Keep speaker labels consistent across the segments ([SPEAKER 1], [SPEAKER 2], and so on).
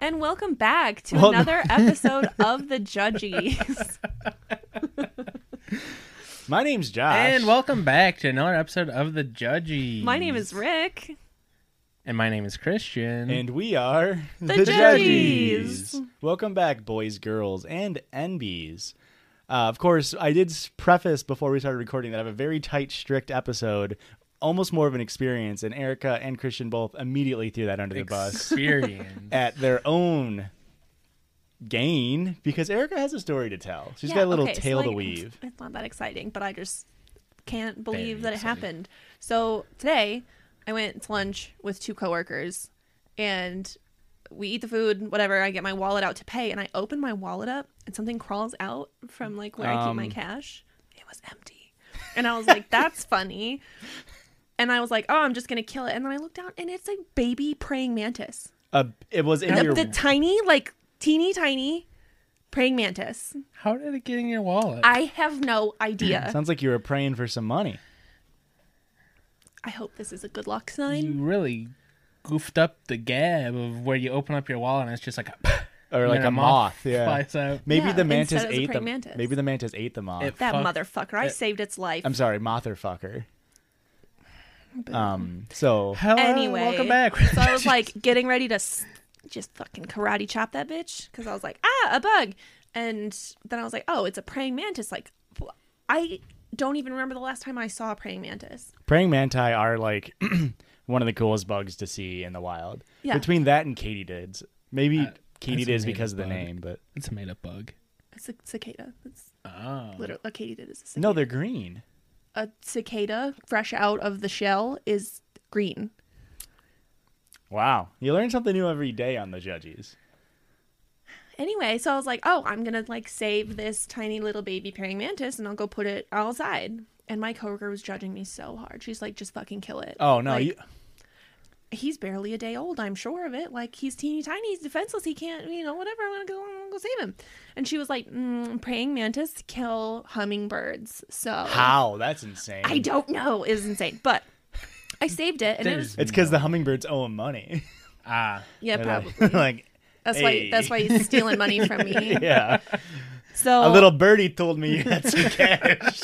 [SPEAKER 1] And welcome back to
[SPEAKER 2] Well-
[SPEAKER 1] another episode of The Judgies.
[SPEAKER 2] My name's Josh.
[SPEAKER 3] And welcome back to another episode of The Judgy.
[SPEAKER 1] My name is Rick.
[SPEAKER 3] And my name is Christian.
[SPEAKER 2] And we are
[SPEAKER 1] The Judgies.
[SPEAKER 2] Welcome back, boys, girls, and NBs. Uh, of course, I did s- preface before we started recording that I have a very tight, strict episode, almost more of an experience, and Erica and Christian both immediately threw that under the bus
[SPEAKER 3] Experience.
[SPEAKER 2] at their own gain because Erica has a story to tell. She's
[SPEAKER 1] She's
[SPEAKER 2] got a little tale to weave.
[SPEAKER 1] It's not that exciting, but I just can't believe
[SPEAKER 3] Very
[SPEAKER 1] that it
[SPEAKER 3] exciting.
[SPEAKER 1] happened. So today, I went to lunch with two coworkers, and we eat the food, whatever. I get my wallet out to pay, and I open my wallet up, and something crawls out from like where I keep my
[SPEAKER 2] Um.
[SPEAKER 1] cash. It was empty, and I was like, "That's funny." And I was like, "Oh, I'm just gonna kill it." And then I looked down, and it's a baby praying mantis,
[SPEAKER 2] Uh, it was in
[SPEAKER 1] the,
[SPEAKER 2] your
[SPEAKER 1] the tiny, like teeny tiny praying mantis.
[SPEAKER 3] How did it get in your wallet?
[SPEAKER 1] I have no idea.
[SPEAKER 2] sounds like you were praying for some money.
[SPEAKER 1] I hope this is a good luck sign.
[SPEAKER 3] you really goofed up the gab of where you open up your wallet and it's just like a
[SPEAKER 2] Or
[SPEAKER 3] and
[SPEAKER 2] like
[SPEAKER 3] then
[SPEAKER 2] a moth, yeah.
[SPEAKER 3] flies out.
[SPEAKER 2] Maybe
[SPEAKER 1] Yeah,
[SPEAKER 2] the
[SPEAKER 1] instead
[SPEAKER 2] mantis
[SPEAKER 1] it was a
[SPEAKER 2] ate the
[SPEAKER 1] praying mantis.
[SPEAKER 2] maybe the mantis ate the moth.
[SPEAKER 3] It
[SPEAKER 1] That
[SPEAKER 3] fuck-
[SPEAKER 1] motherfucker! I
[SPEAKER 3] it-
[SPEAKER 1] saved its life.
[SPEAKER 2] I'm sorry, motherfucker. Um. So
[SPEAKER 3] Hello,
[SPEAKER 1] Anyway,
[SPEAKER 3] welcome back.
[SPEAKER 1] so I was like getting ready to s- just fucking karate chop that bitch because I was like, ah, a bug, and then I was like, oh, it's a praying mantis. Like, wh- I don't even remember the last time I saw a praying mantis.
[SPEAKER 2] praying manti are like one of the coolest bugs to see in the wild.
[SPEAKER 1] Yeah.
[SPEAKER 2] Between that and katydids, maybe
[SPEAKER 3] Uh,
[SPEAKER 2] katydids
[SPEAKER 3] that's a
[SPEAKER 2] because of the
[SPEAKER 3] native bug.
[SPEAKER 2] name, but
[SPEAKER 3] it's a made up bug.
[SPEAKER 1] It's a cicada. It's
[SPEAKER 3] Oh.
[SPEAKER 1] literally a katydid is a cicada.
[SPEAKER 2] no, they're green.
[SPEAKER 1] a cicada fresh out of the shell is green.
[SPEAKER 2] Wow, you learn something new every day on the judges.
[SPEAKER 1] anyway, so I was like, oh, I'm gonna like save this tiny little baby praying mantis and I'll go put it outside. And my coworker was judging me so hard. She's like, just fucking kill it.
[SPEAKER 2] Oh no,
[SPEAKER 1] Like,
[SPEAKER 2] you
[SPEAKER 1] he's barely a day old. I'm sure of it. Like he's teeny tiny. He's defenseless. He can't, you know, whatever. I'm gonna go, I'm gonna go save him. And she was like, mm, praying mantis kill hummingbirds. So
[SPEAKER 2] how? That's insane.
[SPEAKER 1] I don't know. It was insane, but I saved it. And it was,
[SPEAKER 3] There's-
[SPEAKER 2] It's because the hummingbirds owe him money.
[SPEAKER 3] Ah.
[SPEAKER 1] yeah,
[SPEAKER 2] They're like-
[SPEAKER 1] probably.
[SPEAKER 2] like
[SPEAKER 1] That's why.
[SPEAKER 2] hey.
[SPEAKER 1] That's why he's stealing money from me.
[SPEAKER 2] yeah,
[SPEAKER 1] So
[SPEAKER 2] a little birdie told me you had some cash.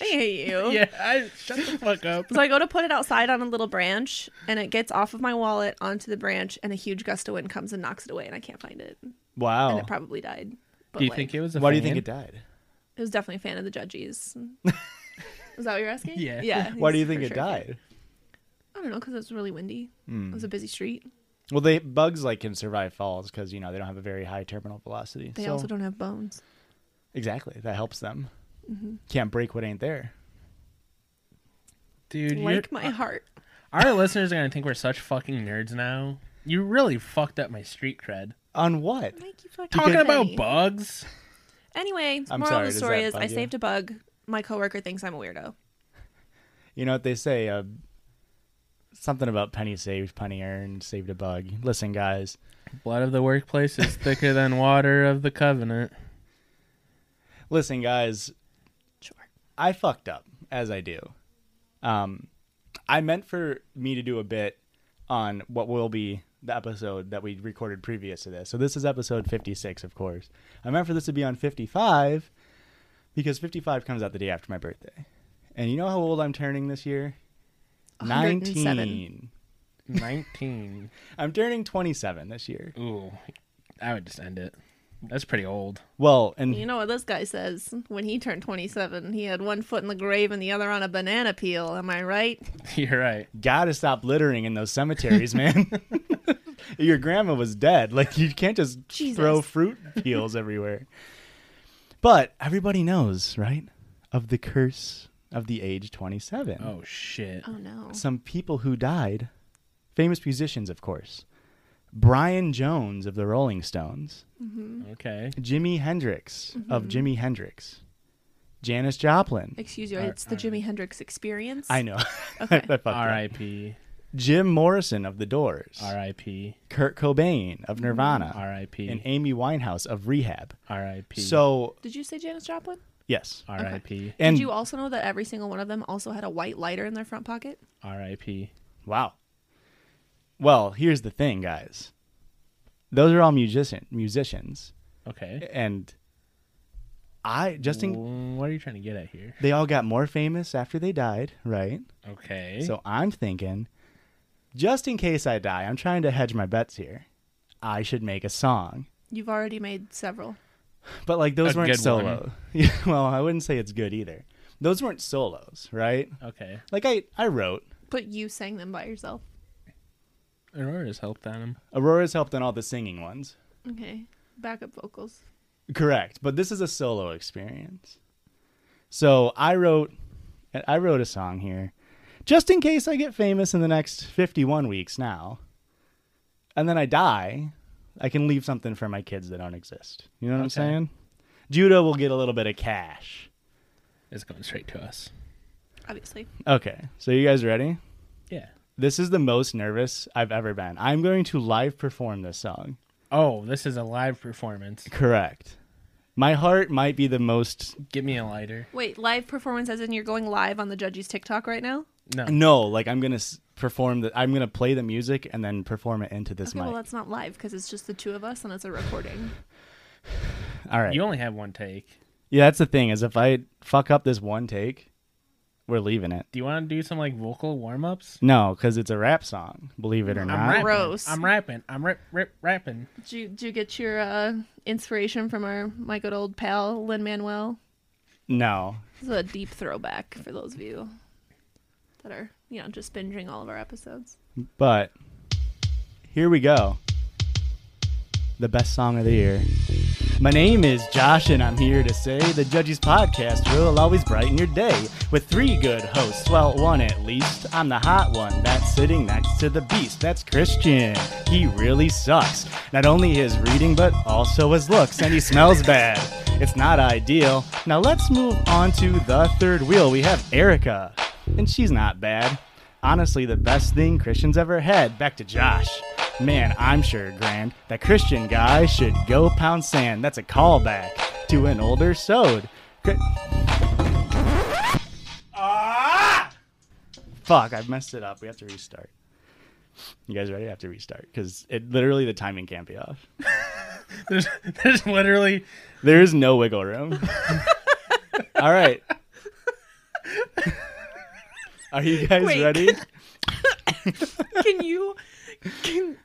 [SPEAKER 1] I hate you.
[SPEAKER 3] Yeah, I shut the fuck up.
[SPEAKER 1] So I go to put it outside on a little branch, and it gets off of my wallet onto the branch, and a huge gust of wind comes and knocks it away, and I can't find it. And
[SPEAKER 2] wow.
[SPEAKER 1] it probably died. But
[SPEAKER 3] Do you
[SPEAKER 1] like,
[SPEAKER 3] think it was a
[SPEAKER 2] Why Oh. do you think
[SPEAKER 3] fan?
[SPEAKER 2] it died?
[SPEAKER 1] it was definitely a fan of the judges? Is that what you're asking?
[SPEAKER 3] Yeah.
[SPEAKER 1] Yeah.
[SPEAKER 2] Why do you
[SPEAKER 1] he's
[SPEAKER 2] think
[SPEAKER 1] for
[SPEAKER 2] it
[SPEAKER 1] sure.
[SPEAKER 2] died? Hmm.
[SPEAKER 1] I don't know, because it was really windy. It was a busy street.
[SPEAKER 2] Well, they bugs like can survive falls because you know they don't have a very high terminal velocity.
[SPEAKER 1] They
[SPEAKER 2] so,
[SPEAKER 1] also don't have bones.
[SPEAKER 2] exactly that helps them.
[SPEAKER 1] Mm-hmm.
[SPEAKER 2] Can't break what ain't there.
[SPEAKER 3] Dude, you're-
[SPEAKER 1] like my heart.
[SPEAKER 3] our listeners are going to think we're such fucking nerds now. You really fucked up my street cred.
[SPEAKER 2] On what?
[SPEAKER 1] Like you fucking
[SPEAKER 3] Talking about
[SPEAKER 1] petty.
[SPEAKER 3] bugs.
[SPEAKER 1] Anyway,
[SPEAKER 2] I'm
[SPEAKER 1] moral of
[SPEAKER 2] sorry,
[SPEAKER 1] the
[SPEAKER 2] does
[SPEAKER 1] story
[SPEAKER 2] that
[SPEAKER 1] is I
[SPEAKER 2] bug you?
[SPEAKER 1] saved a bug. My coworker thinks I'm a weirdo.
[SPEAKER 2] You know what they say? Uh, something about penny saved, penny earned, saved a bug. Listen, guys,
[SPEAKER 3] Blood of the workplace is thicker than water of the covenant.
[SPEAKER 2] listen, guys.
[SPEAKER 1] Sure.
[SPEAKER 2] I fucked up as I do. Um, I meant for me to do a bit on what will be the episode that we recorded previous to this. So this is episode 56, of course. I meant for this to be on 55 because 55 comes out the day after my birthday. And you know how old I'm turning this year?
[SPEAKER 1] 107.
[SPEAKER 2] 19.
[SPEAKER 3] 19.
[SPEAKER 2] I'm turning 27 this year.
[SPEAKER 3] Ooh. I would just end it. That's pretty old.
[SPEAKER 2] Well, and
[SPEAKER 4] You know what this guy says? When he turned 27, he had one foot in the grave and the other on a banana peel. Am I right?
[SPEAKER 3] You're right.
[SPEAKER 2] gotta stop littering in those cemeteries, man. Your grandma was dead. Like you can't just
[SPEAKER 4] Jesus.
[SPEAKER 2] throw fruit peels everywhere. But everybody knows, right? Of the curse of the age 27.
[SPEAKER 3] Oh shit.
[SPEAKER 4] Oh no.
[SPEAKER 2] Some people who died, famous musicians, of course. Brian Jones of the Rolling Stones,
[SPEAKER 3] Okay.
[SPEAKER 2] Jimi Hendrix
[SPEAKER 4] Mm-hmm.
[SPEAKER 2] of Jimi Hendrix, Janis Joplin.
[SPEAKER 4] Excuse you, it's the Jimi Hendrix experience.
[SPEAKER 2] I know.
[SPEAKER 4] Okay.
[SPEAKER 2] I fucked up.
[SPEAKER 3] R.I.P.
[SPEAKER 2] Jim Morrison of The Doors.
[SPEAKER 3] R.I.P.
[SPEAKER 2] Kurt Cobain of
[SPEAKER 3] Mm,
[SPEAKER 2] Nirvana,
[SPEAKER 3] R.I.P.
[SPEAKER 2] and Amy Winehouse of Rehab.
[SPEAKER 3] R.I.P.
[SPEAKER 2] So
[SPEAKER 4] Did you say Janis Joplin?
[SPEAKER 2] yes,
[SPEAKER 3] R.I.P.
[SPEAKER 2] and
[SPEAKER 4] Did you also know that every single one of them also had a white lighter in their front pocket?
[SPEAKER 3] R.I.P.
[SPEAKER 2] wow. Well, here's the thing, guys. Those are all musician musicians,
[SPEAKER 3] Okay.
[SPEAKER 2] and I Justin.
[SPEAKER 3] Wh- What are you trying to get at here?
[SPEAKER 2] They all got more famous after they died, right?
[SPEAKER 3] Okay.
[SPEAKER 2] So I'm thinking, just in case I die, I'm trying to hedge my bets here. I should make a song.
[SPEAKER 4] You've already made several.
[SPEAKER 2] But like those
[SPEAKER 3] A
[SPEAKER 2] weren't
[SPEAKER 3] good
[SPEAKER 2] solo. Yeah, well, I wouldn't say it's good either. Those weren't solos, right?
[SPEAKER 3] okay.
[SPEAKER 2] Like I, I wrote.
[SPEAKER 4] But you sang them by yourself.
[SPEAKER 3] Aurora's helped on him.
[SPEAKER 2] Aurora's helped on all the singing ones.
[SPEAKER 4] Okay. Backup vocals.
[SPEAKER 2] Correct, but this is a solo experience. So I wrote, I wrote a song here, just in case I get famous in the next fifty-one weeks now, and then I die. I can leave something for my kids that don't exist. You know what I'm
[SPEAKER 3] Okay.
[SPEAKER 2] saying? Judah will get a little bit of cash.
[SPEAKER 3] It's going straight to us.
[SPEAKER 4] Obviously.
[SPEAKER 2] Okay, so you guys ready?
[SPEAKER 3] Yeah.
[SPEAKER 2] This is the most nervous I've ever been. I'm going to live perform this song.
[SPEAKER 3] Oh, this is a live performance.
[SPEAKER 2] Correct. My heart might be the most
[SPEAKER 3] Give me a lighter.
[SPEAKER 4] Wait, live performance as in you're going live on the judge's TikTok right now?
[SPEAKER 3] No.
[SPEAKER 2] no, like I'm gonna s- perform the. I'm gonna play the music and then perform it into this
[SPEAKER 4] Okay,
[SPEAKER 2] mic.
[SPEAKER 4] well that's not live because it's just the two of us and it's a recording.
[SPEAKER 2] All right.
[SPEAKER 3] You only have one take.
[SPEAKER 2] yeah, that's the thing is if I fuck up this one take, we're leaving it.
[SPEAKER 3] Do you want to do some like vocal warm ups?
[SPEAKER 2] No, because it's a rap song. Believe it or
[SPEAKER 3] I'm
[SPEAKER 2] not.
[SPEAKER 3] rapping.
[SPEAKER 4] Gross.
[SPEAKER 3] I'm rapping. I'm rip, rip, rapping.
[SPEAKER 4] Did you, did you get your uh, inspiration from our my good old pal Lin Manuel?
[SPEAKER 2] No.
[SPEAKER 4] This is a deep throwback for those of you that are, you know, just binging all of our episodes.
[SPEAKER 2] But here we go. The best song of the year. My name is Josh, and I'm here to say the Judges Podcast will always brighten your day with three good hosts. Well, one at least. I'm the hot one that's sitting next to the beast. That's Christian. He really sucks. Not only his reading, but also his looks, and he smells bad. It's not ideal. Now let's move on to the third wheel. We have Erica, and she's not bad. Honestly, the best thing Christian's ever had. Back to Josh. Man, I'm sure, Grand, that Christian guy should go pound sand. That's a callback to an older sode. Cri- Ah! Fuck, I've messed it up. We have to restart. You guys ready? I have to restart because it literally the timing can't be off.
[SPEAKER 3] There's, there's literally
[SPEAKER 2] There is no wiggle room. All right. Are you guys
[SPEAKER 4] Wait.
[SPEAKER 2] ready?
[SPEAKER 4] Can you can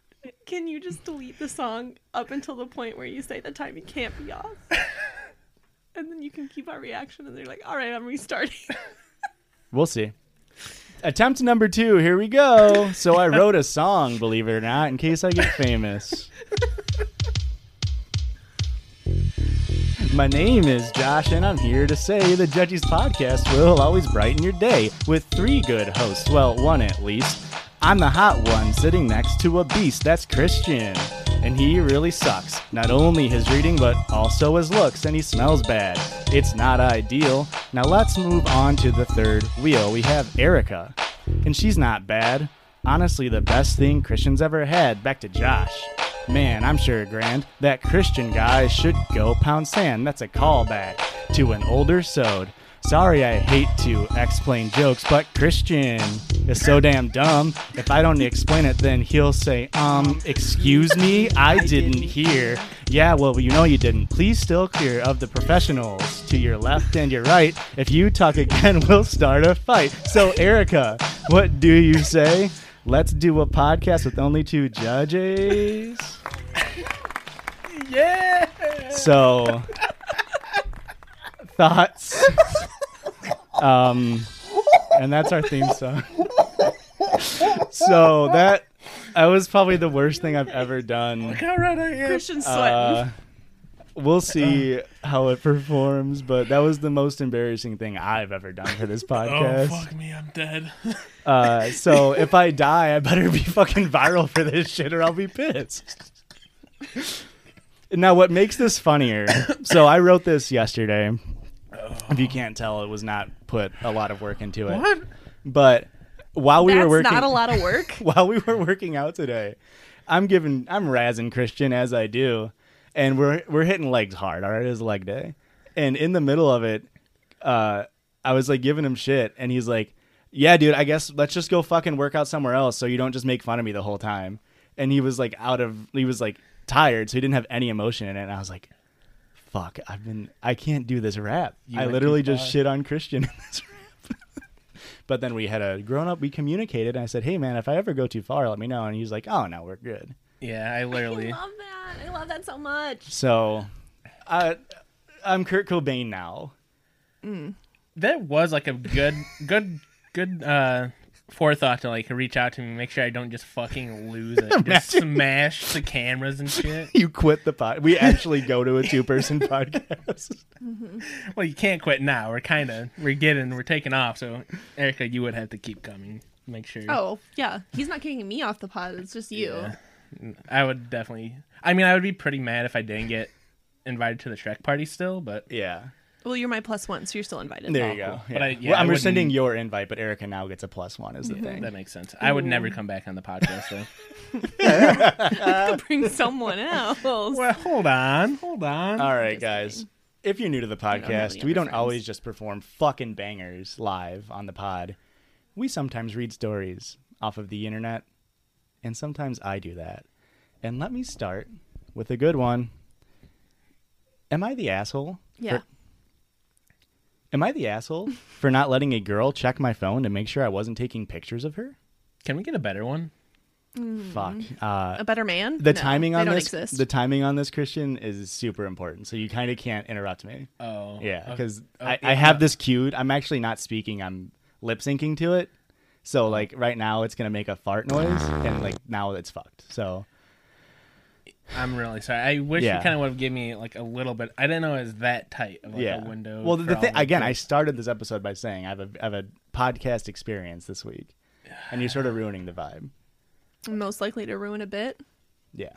[SPEAKER 4] can you just delete the song up until the point where you say the timing can't be off? And then you can keep our reaction and they're like, all right, I'm restarting.
[SPEAKER 2] We'll see. Attempt number two. Here we go. So I wrote a song, believe it or not, in case I get famous. My name is Josh, and I'm here to say the Judges Podcast will always brighten your day with three good hosts. Well, one at least. I'm the hot one sitting next to a beast. That's Christian. And he really sucks. Not only his reading, but also his looks, and he smells bad. It's not ideal. Now let's move on to the third wheel. We have Erica. And she's not bad. Honestly, the best thing Christian's ever had. Back to Josh. Man, I'm sure, Grand, that Christian guy should go pound sand. That's a callback to an older sode. Sorry, I hate to explain jokes, but Christian is so damn dumb. If I don't explain it, then he'll say, um, excuse me, I didn't hear. Yeah, well, you know you didn't. Please still clear of the professionals to your left and your right. If you talk again, we'll start a fight. So, Erica, what do you say? Let's do a podcast with only two judges.
[SPEAKER 3] yeah.
[SPEAKER 2] So, thoughts. Um, and that's our theme song. so that that was probably the worst thing I've ever done.
[SPEAKER 3] How right I am.
[SPEAKER 4] Christian's sweating.
[SPEAKER 2] Uh, we'll see how it performs, but that was the most embarrassing thing I've ever done for this
[SPEAKER 3] Oh
[SPEAKER 2] podcast.
[SPEAKER 3] fuck me, I'm dead.
[SPEAKER 2] Uh, so if I die, I better be fucking viral for this shit, or I'll be pissed. Now, what makes this funnier? So I wrote this yesterday. If you can't tell, it was not put a lot of work into it.
[SPEAKER 3] what?
[SPEAKER 2] But while we
[SPEAKER 4] That's
[SPEAKER 2] were working,
[SPEAKER 4] not a lot of work.
[SPEAKER 2] while we were working out today, I'm giving I'm razzing Christian as I do, and we're we're hitting legs hard. All right, it was leg day, and in the middle of it, uh, I was like giving him shit, and he's like, "Yeah, dude, I guess let's just go fucking work out somewhere else, so you don't just make fun of me the whole time." And he was like out of he was like tired, so he didn't have any emotion in it, and I was like. Fuck! I've been. I can't do this rap. I
[SPEAKER 3] went too
[SPEAKER 2] literally just
[SPEAKER 3] far.
[SPEAKER 2] shit on Christian in this rap. But then we had a grown up. We communicated, and I said, "Hey, man, if I ever go too far, let me know." And he's like, "Oh, no, we're good."
[SPEAKER 3] Yeah, I
[SPEAKER 4] I
[SPEAKER 3] literally.
[SPEAKER 4] love that. I love that so much.
[SPEAKER 2] So, I, I'm Kurt Cobain now.
[SPEAKER 3] that was like a good good good uh forethought to like reach out to me make sure i don't just fucking lose it just smash the cameras and shit
[SPEAKER 2] You quit the pod. We actually go to a two person podcast.
[SPEAKER 3] well you can't quit now we're kind of we're getting we're taking off so erica you would have to keep coming make sure
[SPEAKER 4] Oh yeah, he's not kicking me off the pod. It's just you.
[SPEAKER 3] Yeah. i would definitely i mean i would be pretty mad if i didn't get invited to the shrek party still but
[SPEAKER 2] Yeah,
[SPEAKER 4] Well, you're my plus one, so you're still invited.
[SPEAKER 2] there you go.
[SPEAKER 3] Awful. But I- yeah,
[SPEAKER 2] well,
[SPEAKER 3] I
[SPEAKER 2] I'm rescinding
[SPEAKER 3] wouldn't-
[SPEAKER 2] your invite, but Erica now gets a plus one.
[SPEAKER 4] Mm-hmm.
[SPEAKER 2] Is the
[SPEAKER 3] that
[SPEAKER 2] thing.
[SPEAKER 3] makes sense i would never come back on the podcast though
[SPEAKER 4] to bring someone else.
[SPEAKER 3] well hold on hold on
[SPEAKER 2] All right,
[SPEAKER 4] Just
[SPEAKER 2] guys. If you're new to the
[SPEAKER 4] don't have any
[SPEAKER 2] podcast, we
[SPEAKER 4] other
[SPEAKER 2] don't
[SPEAKER 4] friends.
[SPEAKER 2] always just perform fucking bangers live on the pod. We sometimes read stories off of the internet, and sometimes I do that. And let me start with a good one. Am I the asshole?
[SPEAKER 4] yeah.
[SPEAKER 2] for- am I the asshole for not letting a girl check my phone to make sure I wasn't taking pictures of her?
[SPEAKER 3] can we get a better one
[SPEAKER 4] Mm-hmm.
[SPEAKER 2] Fuck. Uh,
[SPEAKER 4] A better man.
[SPEAKER 2] the
[SPEAKER 4] No,
[SPEAKER 2] timing
[SPEAKER 4] they
[SPEAKER 2] on
[SPEAKER 4] don't
[SPEAKER 2] this,
[SPEAKER 4] Exist.
[SPEAKER 2] the timing on this, Christian, is super important. So you kind of can't interrupt me.
[SPEAKER 3] oh
[SPEAKER 2] Yeah,
[SPEAKER 3] okay.
[SPEAKER 2] because
[SPEAKER 3] Oh,
[SPEAKER 2] I,
[SPEAKER 3] yeah.
[SPEAKER 2] I have this cued. I'm actually not speaking. I'm lip syncing to it. So like right now, it's gonna make a fart noise, and like now it's fucked. So
[SPEAKER 3] I'm really sorry. I wish
[SPEAKER 2] Yeah.
[SPEAKER 3] you kind of would have given me like a little bit. I didn't know it was that tight of like
[SPEAKER 2] yeah,
[SPEAKER 3] a window.
[SPEAKER 2] Well, the,
[SPEAKER 3] for
[SPEAKER 2] the
[SPEAKER 3] all
[SPEAKER 2] thing
[SPEAKER 3] the
[SPEAKER 2] again, I
[SPEAKER 3] things.
[SPEAKER 2] started this episode by saying I have a I have a podcast experience this week, and you're sort of ruining the vibe.
[SPEAKER 4] most likely to ruin a bit.
[SPEAKER 2] Yeah.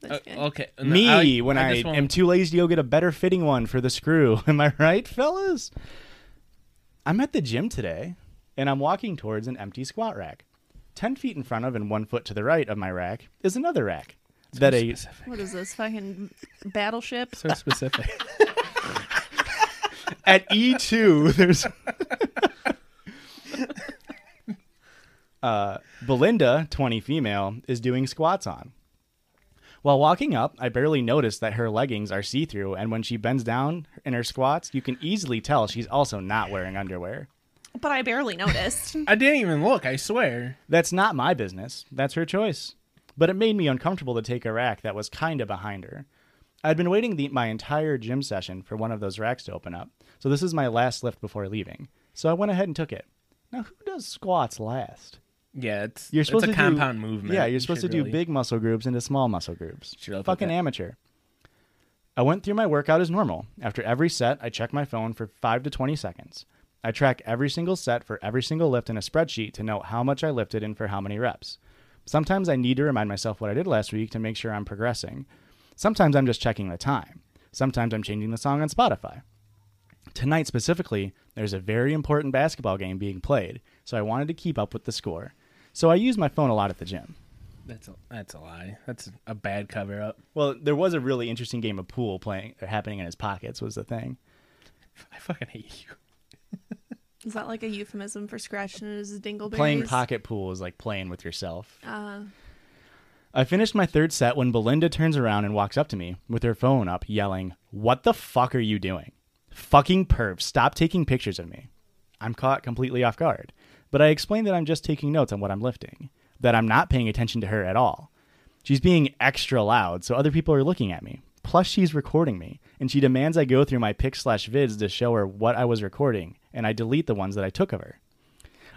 [SPEAKER 4] That's good.
[SPEAKER 3] Uh, okay. no,
[SPEAKER 2] Me
[SPEAKER 3] I,
[SPEAKER 2] when I,
[SPEAKER 3] just want-
[SPEAKER 2] am too lazy to go get a better fitting one for the screw. Am I right, fellas? I'm at the gym today, and I'm walking towards an empty squat rack. Ten feet in front of and one foot to the right of my rack is another rack that a
[SPEAKER 3] specific.
[SPEAKER 4] What is this fucking battleship?
[SPEAKER 3] so specific.
[SPEAKER 2] at E two there's. uh, Belinda, 20 female, is doing squats on. While walking up, I barely notice that her leggings are see through, and when she bends down in her squats, you can easily tell she's also not wearing underwear.
[SPEAKER 4] But I barely noticed.
[SPEAKER 3] I didn't even look. I swear.
[SPEAKER 2] That's not my business. That's her choice. But it made me uncomfortable to take a rack that was kinda behind her. I'd been waiting the, my entire gym session for one of those racks to open up, so this is my last lift before leaving. So I went ahead and took it. Now, who does squats last?
[SPEAKER 3] Yeah, it's
[SPEAKER 2] You're supposed
[SPEAKER 3] it's a
[SPEAKER 2] to
[SPEAKER 3] compound
[SPEAKER 2] do,
[SPEAKER 3] movement.
[SPEAKER 2] Yeah, you're
[SPEAKER 3] You
[SPEAKER 2] supposed to
[SPEAKER 3] should
[SPEAKER 2] do
[SPEAKER 3] really-
[SPEAKER 2] big muscle groups into small muscle groups.
[SPEAKER 3] Should look at
[SPEAKER 2] Fucking
[SPEAKER 3] that.
[SPEAKER 2] amateur. I went through my workout as normal. After every set, I check my phone for 5 to 20 seconds. I track every single set for every single lift in a spreadsheet to note how much I lifted and for how many reps. Sometimes I need to remind myself what I did last week to make sure I'm progressing. Sometimes I'm just checking the time. Sometimes I'm changing the song on Spotify. Tonight specifically, there's a very important basketball game being played, so I wanted to keep up with the score. So I use my phone a lot at the gym.
[SPEAKER 3] That's a, that's a lie. That's a bad cover up.
[SPEAKER 2] Well, there was a really interesting game of pool playing or happening in his pockets was the thing.
[SPEAKER 3] I fucking hate you.
[SPEAKER 4] is that like a euphemism for scratching it as a dingleberry?
[SPEAKER 2] Playing pocket pool is like playing with yourself.
[SPEAKER 4] Uh,
[SPEAKER 2] I finished my third set when Belinda turns around and walks up to me with her phone up, yelling, What the fuck are you doing? Fucking perv, stop taking pictures of me. I'm caught completely off guard, but I explain that I'm just taking notes on what I'm lifting, that I'm not paying attention to her at all. She's being extra loud, so other people are looking at me. Plus, she's recording me, and she demands I go through my pics slash vids to show her what I was recording, and I delete the ones that I took of her.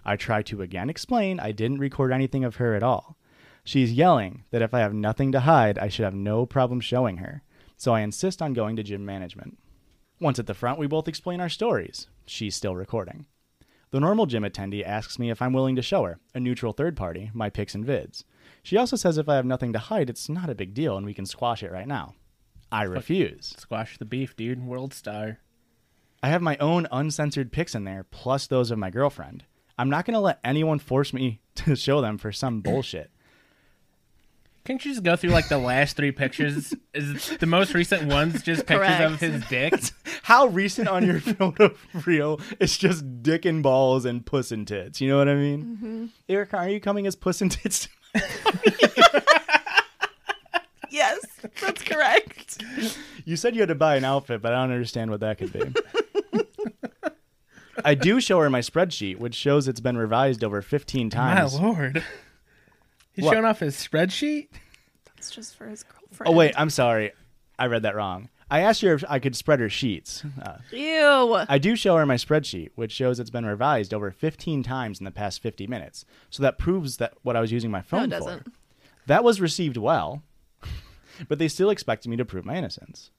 [SPEAKER 2] I try to again explain I didn't record anything of her at all. She's yelling that if I have nothing to hide, I should have no problem showing her. So I insist on going to gym management. Once at the front, we both explain our stories. She's still recording. The normal gym attendee asks me if I'm willing to show her, a neutral third party, my pics and vids. She also says if I have nothing to hide, it's not a big deal and we can squash it right now. I refuse.
[SPEAKER 3] Squash the beef, dude. World star.
[SPEAKER 2] I have my own uncensored pics in there, plus those of my girlfriend. I'm not going to let anyone force me to show them for some bullshit.
[SPEAKER 3] Can't you just go through like the last three pictures? Is the most recent ones just pictures of
[SPEAKER 4] Correct.
[SPEAKER 3] his dick?
[SPEAKER 2] How recent on your photo reel is just dick and balls and puss and tits? You know what I mean? Eric, are you coming as puss and tits?
[SPEAKER 4] Yes, that's correct.
[SPEAKER 2] You said you had to buy an outfit, but I don't understand what that could be. I do show her my spreadsheet, which shows it's been revised over 15
[SPEAKER 3] My
[SPEAKER 2] times.
[SPEAKER 3] lord. He's
[SPEAKER 2] What?
[SPEAKER 3] showing off his spreadsheet.
[SPEAKER 4] That's just for his girlfriend.
[SPEAKER 2] Oh, wait, I'm sorry. I read that wrong. I asked her if I could spread her sheets. Uh,
[SPEAKER 4] Ew.
[SPEAKER 2] I do show her my spreadsheet, which shows it's been revised over 15 times in the past 50 minutes. So that proves that what I was using my phone for.
[SPEAKER 4] doesn't.
[SPEAKER 2] That was received well, but they still expected me to prove my innocence.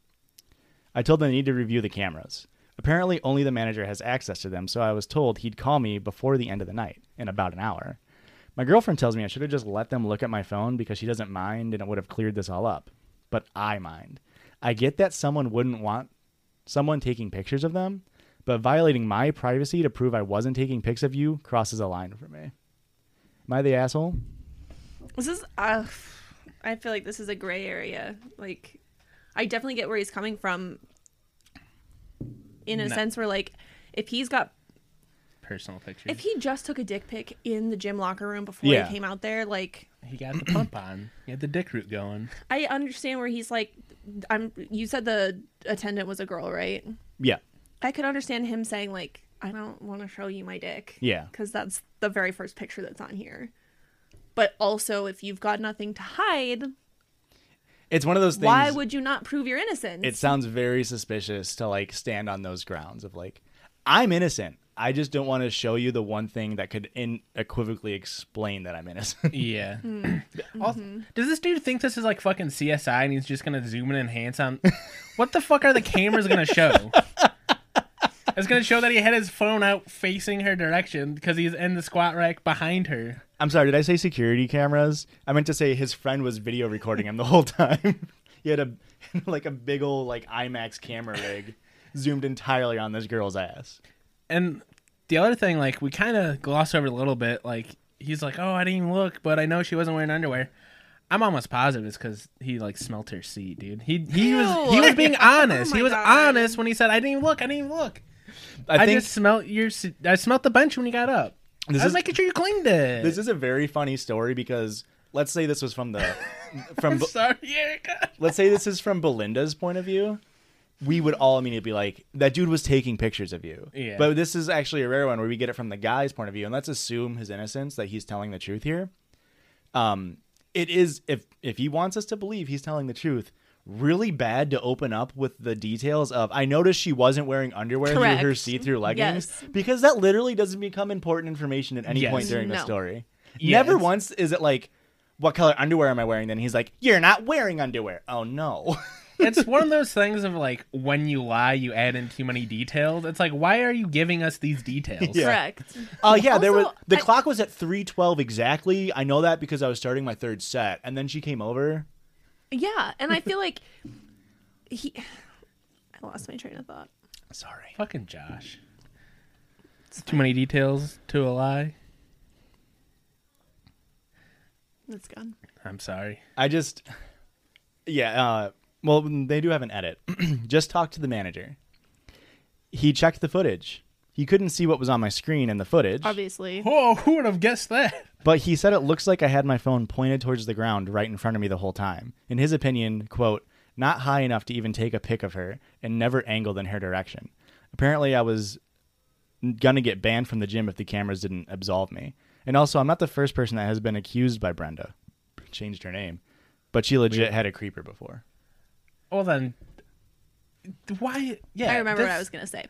[SPEAKER 2] I told them I need to review the cameras. Apparently, only the manager has access to them, so I was told he'd call me before the end of the night, in about an hour. My girlfriend tells me I should have just let them look at my phone because she doesn't mind and it would have cleared this all up. But I mind. I get that someone wouldn't want someone taking pictures of them, but violating my privacy to prove I wasn't taking pics of you crosses a line for me. Am I the asshole?
[SPEAKER 4] This is. Uh, I feel like this is a gray area. Like, I definitely get where he's coming from. In a
[SPEAKER 3] No.
[SPEAKER 4] sense, where like, if he's got,
[SPEAKER 3] Personal pictures.
[SPEAKER 4] if he just took a dick pic in the gym locker room before
[SPEAKER 2] Yeah.
[SPEAKER 4] he came out there, like,
[SPEAKER 3] He got the pump on. He had the dick root going.
[SPEAKER 4] I understand where he's like, I'm. You said the attendant was a girl, right?
[SPEAKER 2] Yeah.
[SPEAKER 4] I could understand him saying like, I don't want to show you my dick.
[SPEAKER 2] Yeah.
[SPEAKER 4] because that's the very first picture that's on here. But also, if you've got nothing to hide,
[SPEAKER 2] It's one of those things.
[SPEAKER 4] why would you not prove your innocence?
[SPEAKER 2] it sounds very suspicious to like stand on those grounds of like I'm innocent. I just don't want to show you the one thing that could unequivocally explain that I'm innocent.
[SPEAKER 3] Yeah. Also, does this dude think this is like fucking CSI and he's just gonna zoom and enhance on? what the fuck are the cameras gonna show? It's gonna show that he had his phone out facing her direction because he's in the squat rack behind her.
[SPEAKER 2] I'm sorry, did I say security cameras? I meant to say his friend was video recording him the whole time. he had a like a big old like IMAX camera rig zoomed entirely on this girl's ass.
[SPEAKER 3] And the other thing, like we kind of gloss over it a little bit, like he's like, "Oh, I didn't even look, but I know she wasn't wearing underwear." I'm almost positive it's because he like smelt her seat, dude. He he was he
[SPEAKER 4] Ew. Oh
[SPEAKER 3] was being honest.
[SPEAKER 4] my
[SPEAKER 3] he was
[SPEAKER 4] God.
[SPEAKER 3] honest when he said, "I didn't even look. I didn't even look."
[SPEAKER 2] I,
[SPEAKER 3] I,
[SPEAKER 2] think
[SPEAKER 3] just smelt your. se- I smelt the bench when you got up.
[SPEAKER 2] This
[SPEAKER 3] I was
[SPEAKER 2] is-
[SPEAKER 3] making sure you cleaned it.
[SPEAKER 2] this is a very funny story because let's say this was from the from
[SPEAKER 3] sorry, Erica.
[SPEAKER 2] let's say this is from Belinda's point of view, we would all immediately be like, that dude was taking pictures of you.
[SPEAKER 3] Yeah.
[SPEAKER 2] But this is actually a rare one where we get it from the guy's point of view, and let's assume his innocence that he's telling the truth here. Um, it is if if he wants us to believe he's telling the truth, really bad to open up with the details of I noticed she wasn't wearing underwear
[SPEAKER 4] Correct.
[SPEAKER 2] through her see-through leggings
[SPEAKER 4] Yes.
[SPEAKER 2] because that literally doesn't become important information at any
[SPEAKER 3] Yes.
[SPEAKER 2] point during the
[SPEAKER 4] No.
[SPEAKER 2] story.
[SPEAKER 3] Yeah,
[SPEAKER 2] Never
[SPEAKER 3] it's-
[SPEAKER 2] once is it like, what color underwear am I wearing? Then he's like, you're not wearing underwear. Oh no.
[SPEAKER 3] it's one of those things of like when you lie, you add in too many details. It's like, why are you giving us these details?
[SPEAKER 2] Yeah.
[SPEAKER 4] Correct.
[SPEAKER 2] Oh yeah, there was
[SPEAKER 4] Also,
[SPEAKER 2] the
[SPEAKER 4] I-
[SPEAKER 2] clock was at three twelve exactly. I know that because I was starting my third set, and then she came over.
[SPEAKER 4] Yeah, and I feel like he. I lost my train of thought.
[SPEAKER 2] Sorry.
[SPEAKER 3] Fucking Josh. too many details to a lie.
[SPEAKER 4] It's gone.
[SPEAKER 3] I'm sorry.
[SPEAKER 2] I just, yeah. Uh, well, they do have an edit. just talk to the manager. He checked the footage. He couldn't see what was on my screen in the footage,
[SPEAKER 4] Obviously.
[SPEAKER 3] Whoa, who would have guessed that?
[SPEAKER 2] but he said it looks like I had my phone pointed towards the ground right in front of me the whole time. In his opinion, quote, not high enough to even take a pic of her and never angled in her direction. Apparently, I was gonna get banned from the gym if the cameras didn't absolve me. And also, I'm not the first person that has been accused by Brenda. Changed her name, but she legit had a creeper before.
[SPEAKER 3] Well then, why? Yeah,
[SPEAKER 4] I remember what
[SPEAKER 3] this-
[SPEAKER 4] I was gonna say.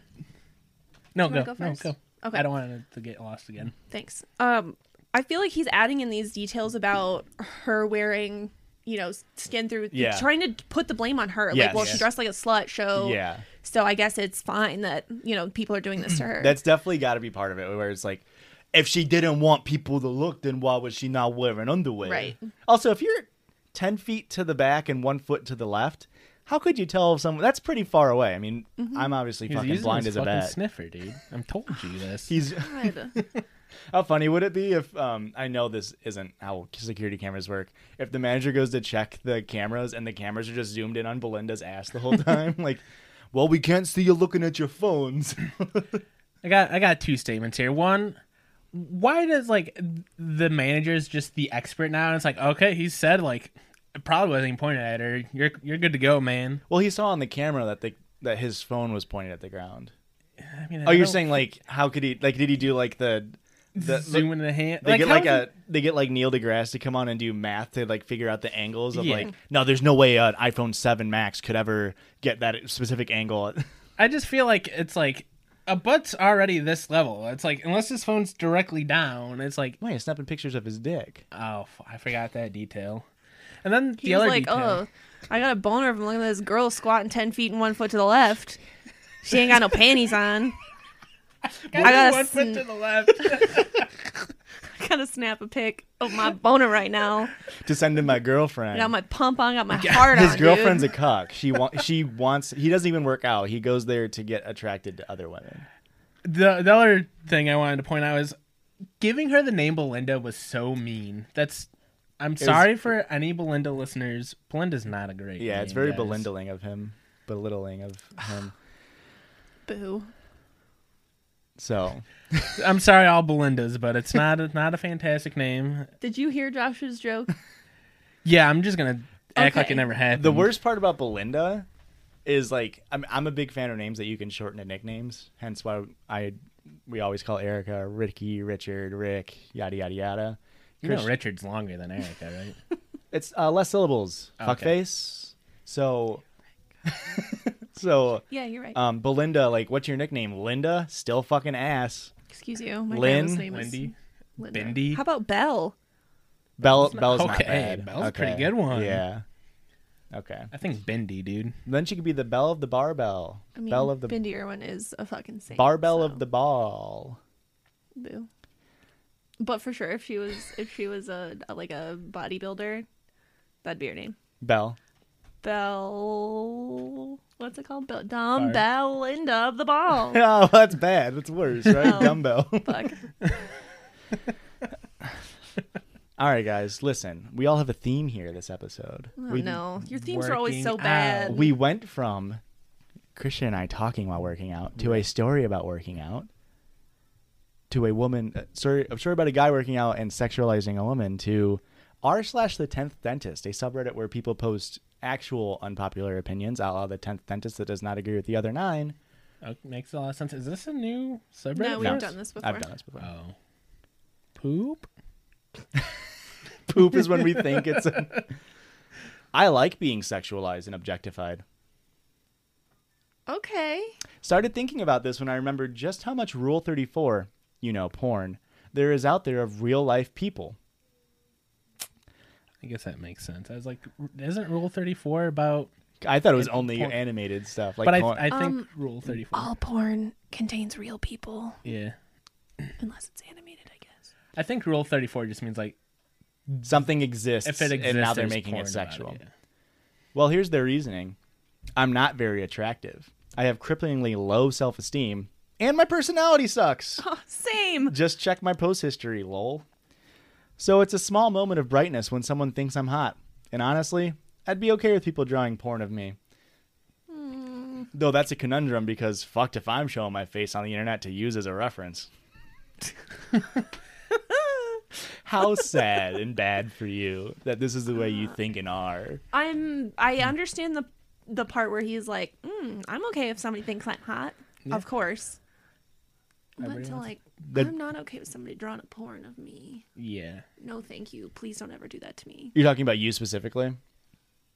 [SPEAKER 3] No,
[SPEAKER 4] wanna
[SPEAKER 3] go,
[SPEAKER 4] go
[SPEAKER 3] no,
[SPEAKER 4] first?
[SPEAKER 3] go.
[SPEAKER 4] Okay.
[SPEAKER 3] I don't want it to get lost again.
[SPEAKER 4] Thanks. Um, I feel like he's adding in these details about her wearing, you know, skin through,
[SPEAKER 2] Yeah.
[SPEAKER 4] trying to put the blame on her.
[SPEAKER 2] Yes.
[SPEAKER 4] Like, well,
[SPEAKER 2] Yes.
[SPEAKER 4] she dressed like a slut, so
[SPEAKER 2] Yeah.
[SPEAKER 4] So I guess it's fine that you know people are doing this to her.
[SPEAKER 2] That's definitely got to be part of it, where it's like, if she didn't want people to look, then why was she not wearing underwear?
[SPEAKER 4] Right.
[SPEAKER 2] Also, if you're 10 feet to the back and one foot to the left, how could you tell if someone that's pretty far away? I mean,
[SPEAKER 4] Mm-hmm.
[SPEAKER 2] I'm obviously
[SPEAKER 3] He's
[SPEAKER 2] fucking
[SPEAKER 3] using
[SPEAKER 2] blind
[SPEAKER 3] his
[SPEAKER 2] as a
[SPEAKER 3] fucking
[SPEAKER 2] bat.
[SPEAKER 3] sniffer, dude. I'm told you this.
[SPEAKER 2] He's
[SPEAKER 4] God.
[SPEAKER 2] how funny would it be if um I know this isn't how security cameras work. If the manager goes to check the cameras and the cameras are just zoomed in on Belinda's ass the whole time, like, well, we can't see you looking at your phones.
[SPEAKER 3] I got I got two statements here. One, why does like the manager's just the expert now? And it's like, okay, he said like it probably wasn't even pointed at her. You're you're good to go, man.
[SPEAKER 2] well, he saw on the camera that the that his phone was pointed at the ground.
[SPEAKER 3] I mean,
[SPEAKER 2] Oh,
[SPEAKER 3] I
[SPEAKER 2] you're
[SPEAKER 3] don't-
[SPEAKER 2] saying like how could he like did he do like the the
[SPEAKER 3] zoom
[SPEAKER 2] the-
[SPEAKER 3] in the hand?
[SPEAKER 2] they get
[SPEAKER 3] how
[SPEAKER 2] like
[SPEAKER 3] is
[SPEAKER 2] a they get like Neil deGrasse to come on and do math to like figure out the angles of
[SPEAKER 3] Yeah.
[SPEAKER 2] like no there's no way an iPhone 7 Max could ever get that specific angle.
[SPEAKER 3] it- I just feel like it's like a butt's already this level. It's like unless his phone's directly down, it's like
[SPEAKER 2] Wait, he's snapping pictures of his dick.
[SPEAKER 3] oh, f- I forgot that detail. And then
[SPEAKER 4] He
[SPEAKER 3] the
[SPEAKER 4] was
[SPEAKER 3] other
[SPEAKER 4] like,
[SPEAKER 3] detail.
[SPEAKER 4] "Oh, I got a boner from looking at this girl squatting ten feet and one foot to the left. She ain't got no panties on. I got a
[SPEAKER 3] one foot
[SPEAKER 4] sn-
[SPEAKER 3] to the left.
[SPEAKER 4] I gotta snap a pic of my boner right now.
[SPEAKER 2] To send to my girlfriend.
[SPEAKER 4] I got my pump on, got my heart on.
[SPEAKER 2] his girlfriend's
[SPEAKER 4] dude.
[SPEAKER 2] a cuck. She wa- she wants he doesn't even work out. He goes there to get attracted to other women.
[SPEAKER 3] the, the other thing I wanted to point out is giving her the name Belinda was so mean. That's I'm sorry for any Belinda listeners. Belinda's not a great
[SPEAKER 2] Yeah,
[SPEAKER 3] name,
[SPEAKER 2] it's very
[SPEAKER 3] guys.
[SPEAKER 2] belindling of him. Belittling of him.
[SPEAKER 4] boo.
[SPEAKER 2] So
[SPEAKER 3] I'm sorry, all Belindas, but it's not a, not a fantastic name.
[SPEAKER 4] Did you hear Josh's joke?
[SPEAKER 3] Yeah, I'm just gonna act like
[SPEAKER 4] Okay.
[SPEAKER 3] it never happened.
[SPEAKER 2] The worst part about Belinda is like I'm I'm a big fan of names that you can shorten to nicknames. Hence why I we always call Erica Ricky, Richard, Rick, yada yada yada.
[SPEAKER 3] you know,
[SPEAKER 2] Chris-
[SPEAKER 3] Richard's longer than Erica, right?
[SPEAKER 2] It's uh, less syllables.
[SPEAKER 3] Okay.
[SPEAKER 2] Fuckface. So so
[SPEAKER 4] Yeah, you're right.
[SPEAKER 2] um Belinda, like what's your nickname? Linda? Still fucking ass.
[SPEAKER 4] Excuse you. My
[SPEAKER 2] Lynn,
[SPEAKER 4] grandma's name
[SPEAKER 3] Lindy.
[SPEAKER 4] is Linda.
[SPEAKER 3] Bendy.
[SPEAKER 4] How about Belle?
[SPEAKER 2] Bell Bell's not
[SPEAKER 3] Okay,
[SPEAKER 2] bad.
[SPEAKER 3] Belle's a pretty good one.
[SPEAKER 2] Yeah. Okay.
[SPEAKER 3] I think Bendy, dude.
[SPEAKER 2] Then she could be the bell of the barbell.
[SPEAKER 4] I mean,
[SPEAKER 2] bell of the
[SPEAKER 4] Bindi Irwin is a fucking saint.
[SPEAKER 2] barbell
[SPEAKER 4] so,
[SPEAKER 2] of the ball.
[SPEAKER 4] boo. But for sure, if she was if she was a, a- like a bodybuilder, that'd be her name.
[SPEAKER 2] Bell.
[SPEAKER 4] Bell. What's it called? Bell, dumbbell end of the ball.
[SPEAKER 2] Oh, that's bad. That's worse, right?
[SPEAKER 4] Oh.
[SPEAKER 2] Dumbbell.
[SPEAKER 4] Fuck.
[SPEAKER 2] all right, guys, listen. We all have a theme here this episode.
[SPEAKER 4] Oh,
[SPEAKER 2] we,
[SPEAKER 4] no, your themes are always
[SPEAKER 3] working
[SPEAKER 4] so
[SPEAKER 3] out.
[SPEAKER 4] bad.
[SPEAKER 2] We went from Christian and I talking while working out to a story about working out to a woman, uh, sorry, a story about a guy working out and sexualizing a woman to r slash the 10th dentist, a subreddit where people post actual unpopular opinions, a la the 10th dentist that does not agree with the other nine.
[SPEAKER 3] Oh, makes a lot of sense. Is this a new subreddit?
[SPEAKER 4] no, we've
[SPEAKER 3] for us?
[SPEAKER 4] done this before.
[SPEAKER 2] I've done this before.
[SPEAKER 3] Oh, poop.
[SPEAKER 2] poop is when we think it's. A... I like being sexualized and objectified.
[SPEAKER 4] Okay.
[SPEAKER 2] Started thinking about this when I remembered just how much Rule 34, you know, porn, there is out there of real life people.
[SPEAKER 3] I guess that makes sense. I was like, isn't Rule Thirty Four about?
[SPEAKER 2] I thought it was only
[SPEAKER 3] porn.
[SPEAKER 2] animated stuff. Like,
[SPEAKER 3] but I,
[SPEAKER 2] porn.
[SPEAKER 3] I think
[SPEAKER 4] Um,
[SPEAKER 3] Rule Thirty Four.
[SPEAKER 4] All porn contains real people,
[SPEAKER 3] Yeah,
[SPEAKER 4] unless it's animated, I guess.
[SPEAKER 3] I think Rule Thirty Four just means like
[SPEAKER 2] something exists,
[SPEAKER 3] if it exists,
[SPEAKER 2] and now they're
[SPEAKER 3] there's
[SPEAKER 2] making
[SPEAKER 3] porn
[SPEAKER 2] it
[SPEAKER 3] about
[SPEAKER 2] sexual.
[SPEAKER 3] yeah.
[SPEAKER 2] Well, here's their reasoning I'm not very attractive. I have cripplingly low self esteem, and my personality sucks.
[SPEAKER 4] Oh, same.
[SPEAKER 2] Just check my post history, lol. So it's a small moment of brightness when someone thinks I'm hot. And honestly, I'd be okay with people drawing porn of me.
[SPEAKER 4] Hmm.
[SPEAKER 2] Though that's a conundrum because fucked if I'm showing my face on the internet to use as a reference. How sad and bad for you that this is the way you think and are.
[SPEAKER 4] I'm. I understand the the part where he's like, mm, "I'm okay if somebody thinks I'm hot, of course." But to like,
[SPEAKER 2] That-
[SPEAKER 4] I'm not okay with somebody drawing a porn of me.
[SPEAKER 3] Yeah.
[SPEAKER 4] No, thank you. Please don't ever do that to me.
[SPEAKER 2] You're talking about you specifically?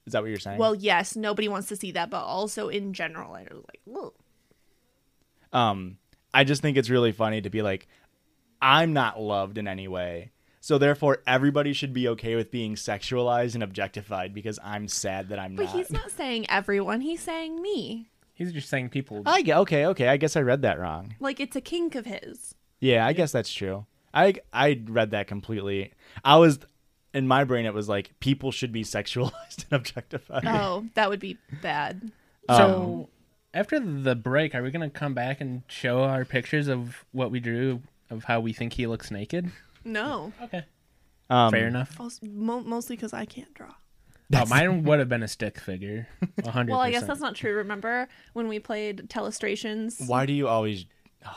[SPEAKER 2] Is that what you're saying?
[SPEAKER 4] Well, yes, nobody wants to see that, but also in general, I was like, Whoa.
[SPEAKER 2] Um, I just think it's really funny to be like, I'm not loved in any way. So therefore, everybody should be okay with being sexualized and objectified because I'm sad that I'm
[SPEAKER 4] but
[SPEAKER 2] not.
[SPEAKER 4] he's not saying everyone. He's saying me.
[SPEAKER 3] He's just saying people.
[SPEAKER 4] Oh.
[SPEAKER 2] I get okay, okay. I guess I read that wrong.
[SPEAKER 4] Like it's a kink of his.
[SPEAKER 2] Yeah, I guess that's true. I I read that completely. I was in my brain, it was like people should be sexualized and objectified.
[SPEAKER 4] Oh, that would be bad.
[SPEAKER 2] Um,
[SPEAKER 3] so after the break, are we gonna come back and show our pictures of what we drew of how we think he looks naked?
[SPEAKER 4] No,
[SPEAKER 3] Okay.
[SPEAKER 2] Um,
[SPEAKER 3] Fair enough.
[SPEAKER 4] Also, mo- mostly because I can't draw.
[SPEAKER 3] Oh, mine would have been a stick figure. A 100%.
[SPEAKER 4] Well, I guess that's not true. Remember when we played Telestrations?
[SPEAKER 2] Why do you always?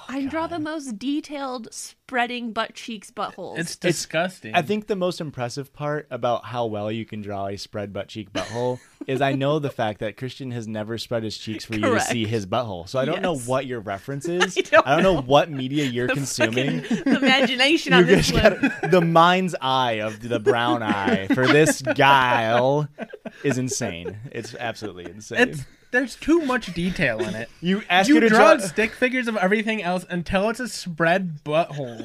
[SPEAKER 4] I draw the most detailed spreading butt cheeks buttholes.
[SPEAKER 3] It's disgusting.
[SPEAKER 4] Mm.
[SPEAKER 2] I think the most impressive part about how well you can draw a spread butt cheek butthole is I know the fact that Christian has never spread his cheeks for you to
[SPEAKER 4] Correct.
[SPEAKER 2] see his butthole. So I don't know
[SPEAKER 4] Yes.
[SPEAKER 2] what your reference is.
[SPEAKER 4] I don't
[SPEAKER 2] know. what media you're consuming.
[SPEAKER 4] the imagination on
[SPEAKER 2] You
[SPEAKER 4] this
[SPEAKER 2] guys
[SPEAKER 4] one.
[SPEAKER 2] gotta- the mind's eye of the brown eye for this guile is insane. It's absolutely insane.
[SPEAKER 3] It's- there's too much detail in it.
[SPEAKER 2] you ask
[SPEAKER 3] You
[SPEAKER 2] her to
[SPEAKER 3] draw
[SPEAKER 2] draw.
[SPEAKER 3] stick figures of everything else until it's a spread butthole,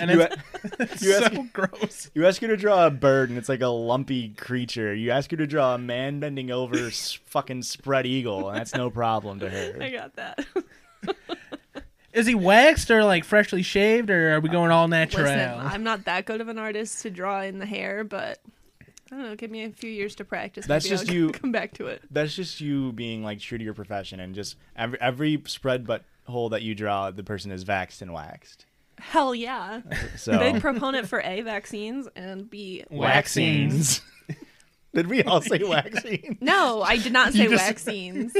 [SPEAKER 3] and
[SPEAKER 2] You,
[SPEAKER 3] it's,
[SPEAKER 2] a-
[SPEAKER 3] it's
[SPEAKER 2] you
[SPEAKER 3] so
[SPEAKER 2] ask-
[SPEAKER 3] gross.
[SPEAKER 2] you ask her to draw a bird, and it's like a lumpy creature. You ask her to draw a man bending over, s- fucking spread eagle, and that's no problem to her.
[SPEAKER 4] I got that.
[SPEAKER 3] Is he waxed or like freshly shaved, or are we going all natural?
[SPEAKER 4] Listen, I'm not that good of an artist to draw in the hair, but I don't know. Give me a few years to practice.
[SPEAKER 2] That's
[SPEAKER 4] maybe I'll
[SPEAKER 2] just you-
[SPEAKER 4] Come back to it.
[SPEAKER 2] That's just you being like true to your profession, and just every every spread butt hole that you draw, the person is vaxxed and waxed.
[SPEAKER 4] Hell yeah!
[SPEAKER 2] So
[SPEAKER 4] Big proponent for a vaccines and b.
[SPEAKER 3] Waxings.
[SPEAKER 2] Did we all say waxing?
[SPEAKER 4] No, I did not say
[SPEAKER 3] just-
[SPEAKER 4] vaccines.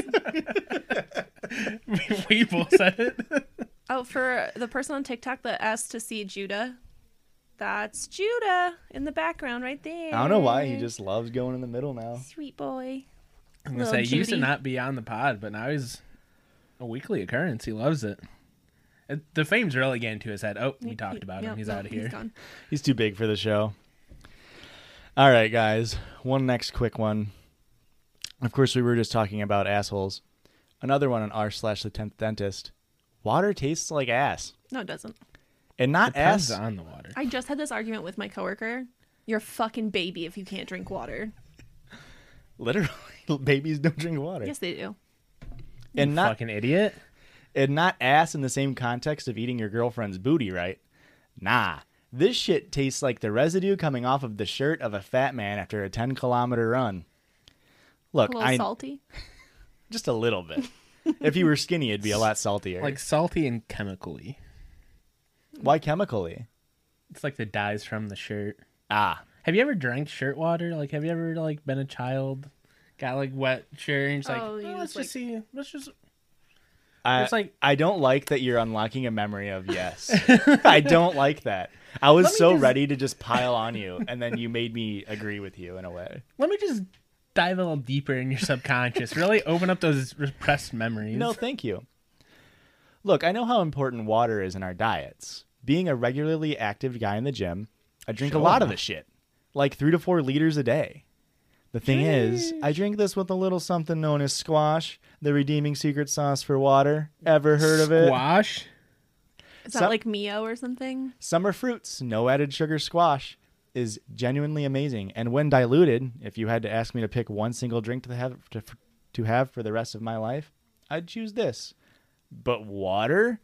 [SPEAKER 3] we both said it.
[SPEAKER 4] Oh, for the person on TikTok that asked to see Judah, that's Judah in the background right there.
[SPEAKER 2] I don't know why he just loves going in the middle now.
[SPEAKER 4] Sweet boy.
[SPEAKER 3] I'm gonna
[SPEAKER 4] Little
[SPEAKER 3] say he used to
[SPEAKER 4] Judy.
[SPEAKER 3] not be on the pod, but now he's a weekly occurrence. He loves it. it the fame's really getting to his head. Oh, we talked about
[SPEAKER 4] Yep,
[SPEAKER 3] him. He's
[SPEAKER 4] no,
[SPEAKER 3] out of here.
[SPEAKER 4] He's gone.
[SPEAKER 2] He's too big for the show. All right, guys. One next quick one. Of course, we were just talking about assholes. Another one on r slash the tenth dentist. Water tastes like ass,
[SPEAKER 4] No, it doesn't.
[SPEAKER 2] and not
[SPEAKER 3] Depends
[SPEAKER 2] ass.
[SPEAKER 3] on the water.
[SPEAKER 4] I just had this argument with my coworker. You're a fucking baby if you can't drink water.
[SPEAKER 2] Literally, babies don't drink water.
[SPEAKER 4] Yes, they do.
[SPEAKER 2] and not
[SPEAKER 3] Fucking idiot.
[SPEAKER 2] and not ass in the same context of eating your girlfriend's booty, right? Nah. This shit tastes like the residue coming off of the shirt of a fat man after a 10 kilometer run.
[SPEAKER 4] A
[SPEAKER 2] Look,
[SPEAKER 4] little
[SPEAKER 2] I
[SPEAKER 4] salty.
[SPEAKER 2] just a little bit. if you were skinny, it'd be a lot saltier.
[SPEAKER 3] Like salty and chemically.
[SPEAKER 2] why chemically?
[SPEAKER 3] It's like the dyes from the shirt.
[SPEAKER 2] Ah,
[SPEAKER 3] Have you ever drank shirt water? Like, have you ever like been a child, got like wet shirt, and just like,
[SPEAKER 4] Oh,
[SPEAKER 3] "Oh,
[SPEAKER 4] you
[SPEAKER 3] let's
[SPEAKER 4] just, like-
[SPEAKER 3] just see, let's just.
[SPEAKER 2] I,
[SPEAKER 3] It's like-
[SPEAKER 2] I don't like that you're unlocking a memory of yes. I don't like that. I was
[SPEAKER 3] Let me
[SPEAKER 2] so
[SPEAKER 3] just-
[SPEAKER 2] ready to just pile on you, and then you made me agree with you in a way.
[SPEAKER 3] Let me just dive a little deeper in your subconscious. really open up those repressed memories.
[SPEAKER 2] No, thank you. Look, I know how important water is in our diets. Being a regularly active guy in the gym, I drink a lot of the shit, like three to four liters a day. The thing is, I drink this with a little something known as squash, the redeeming secret sauce for water. Ever heard of it?
[SPEAKER 3] Squash.
[SPEAKER 4] Is that
[SPEAKER 2] Some-
[SPEAKER 4] like Mio or something?
[SPEAKER 2] Summer fruits, no added sugar squash, is genuinely amazing. And when diluted, if you had to ask me to pick one single drink to have to, to have for the rest of my life, I'd choose this. But water?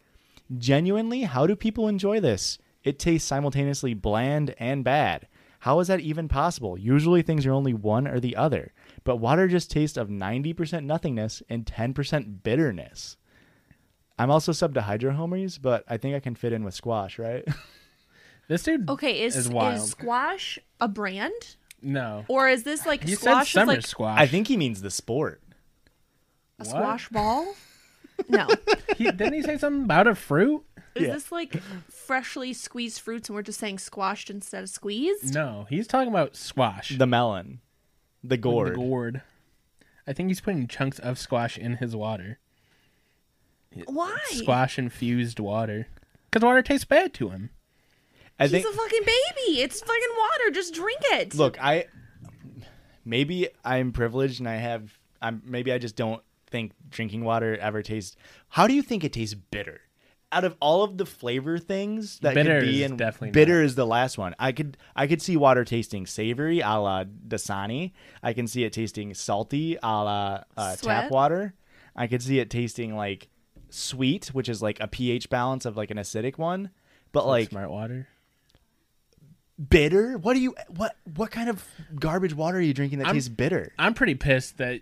[SPEAKER 2] Genuinely, how do people enjoy this? It tastes simultaneously bland and bad. How is that even possible? Usually things are only one or the other. But water just tastes of 90% nothingness and 10% bitterness. I'm also sub to hydrohomies, but I think I can fit in with squash, right?
[SPEAKER 3] This dude.
[SPEAKER 4] Okay, is,
[SPEAKER 3] is wild.
[SPEAKER 4] is squash a brand?
[SPEAKER 3] no.
[SPEAKER 4] Or is this like
[SPEAKER 3] You said
[SPEAKER 4] squash is
[SPEAKER 3] summer
[SPEAKER 4] like
[SPEAKER 3] squash.
[SPEAKER 2] I think he means the sport.
[SPEAKER 4] a
[SPEAKER 3] What?
[SPEAKER 4] squash ball? No.
[SPEAKER 3] he, didn't he say something about a fruit?
[SPEAKER 4] Is
[SPEAKER 2] Yeah.
[SPEAKER 4] this like freshly squeezed fruits and we're just saying squashed instead of squeezed?
[SPEAKER 3] No, he's talking about squash.
[SPEAKER 2] The melon. The
[SPEAKER 3] The
[SPEAKER 2] gourd.
[SPEAKER 3] gourd. I think he's putting chunks of squash in his water.
[SPEAKER 4] Why?
[SPEAKER 3] Squash infused water. Because water tastes bad to him.
[SPEAKER 2] I
[SPEAKER 4] He's
[SPEAKER 2] think
[SPEAKER 4] a fucking baby. It's fucking water. Just drink it.
[SPEAKER 2] look, I maybe I'm privileged and I have I'm maybe I just don't think drinking water ever tastes How do you think it tastes bitter? Out of all of the flavor things that
[SPEAKER 3] Bitter
[SPEAKER 2] could be
[SPEAKER 3] is
[SPEAKER 2] in
[SPEAKER 3] definitely not.
[SPEAKER 2] bitter is the last one. I could I could see water tasting savory a la Dasani. I can see it tasting salty a la uh, tap
[SPEAKER 4] Sweat?
[SPEAKER 2] water. I could see it tasting like sweet, which is like a pH balance of like an acidic one. But like
[SPEAKER 3] smart water.
[SPEAKER 2] bitter? What do you what what kind of garbage water are you drinking that
[SPEAKER 3] I'm-
[SPEAKER 2] tastes bitter?
[SPEAKER 3] I'm pretty pissed that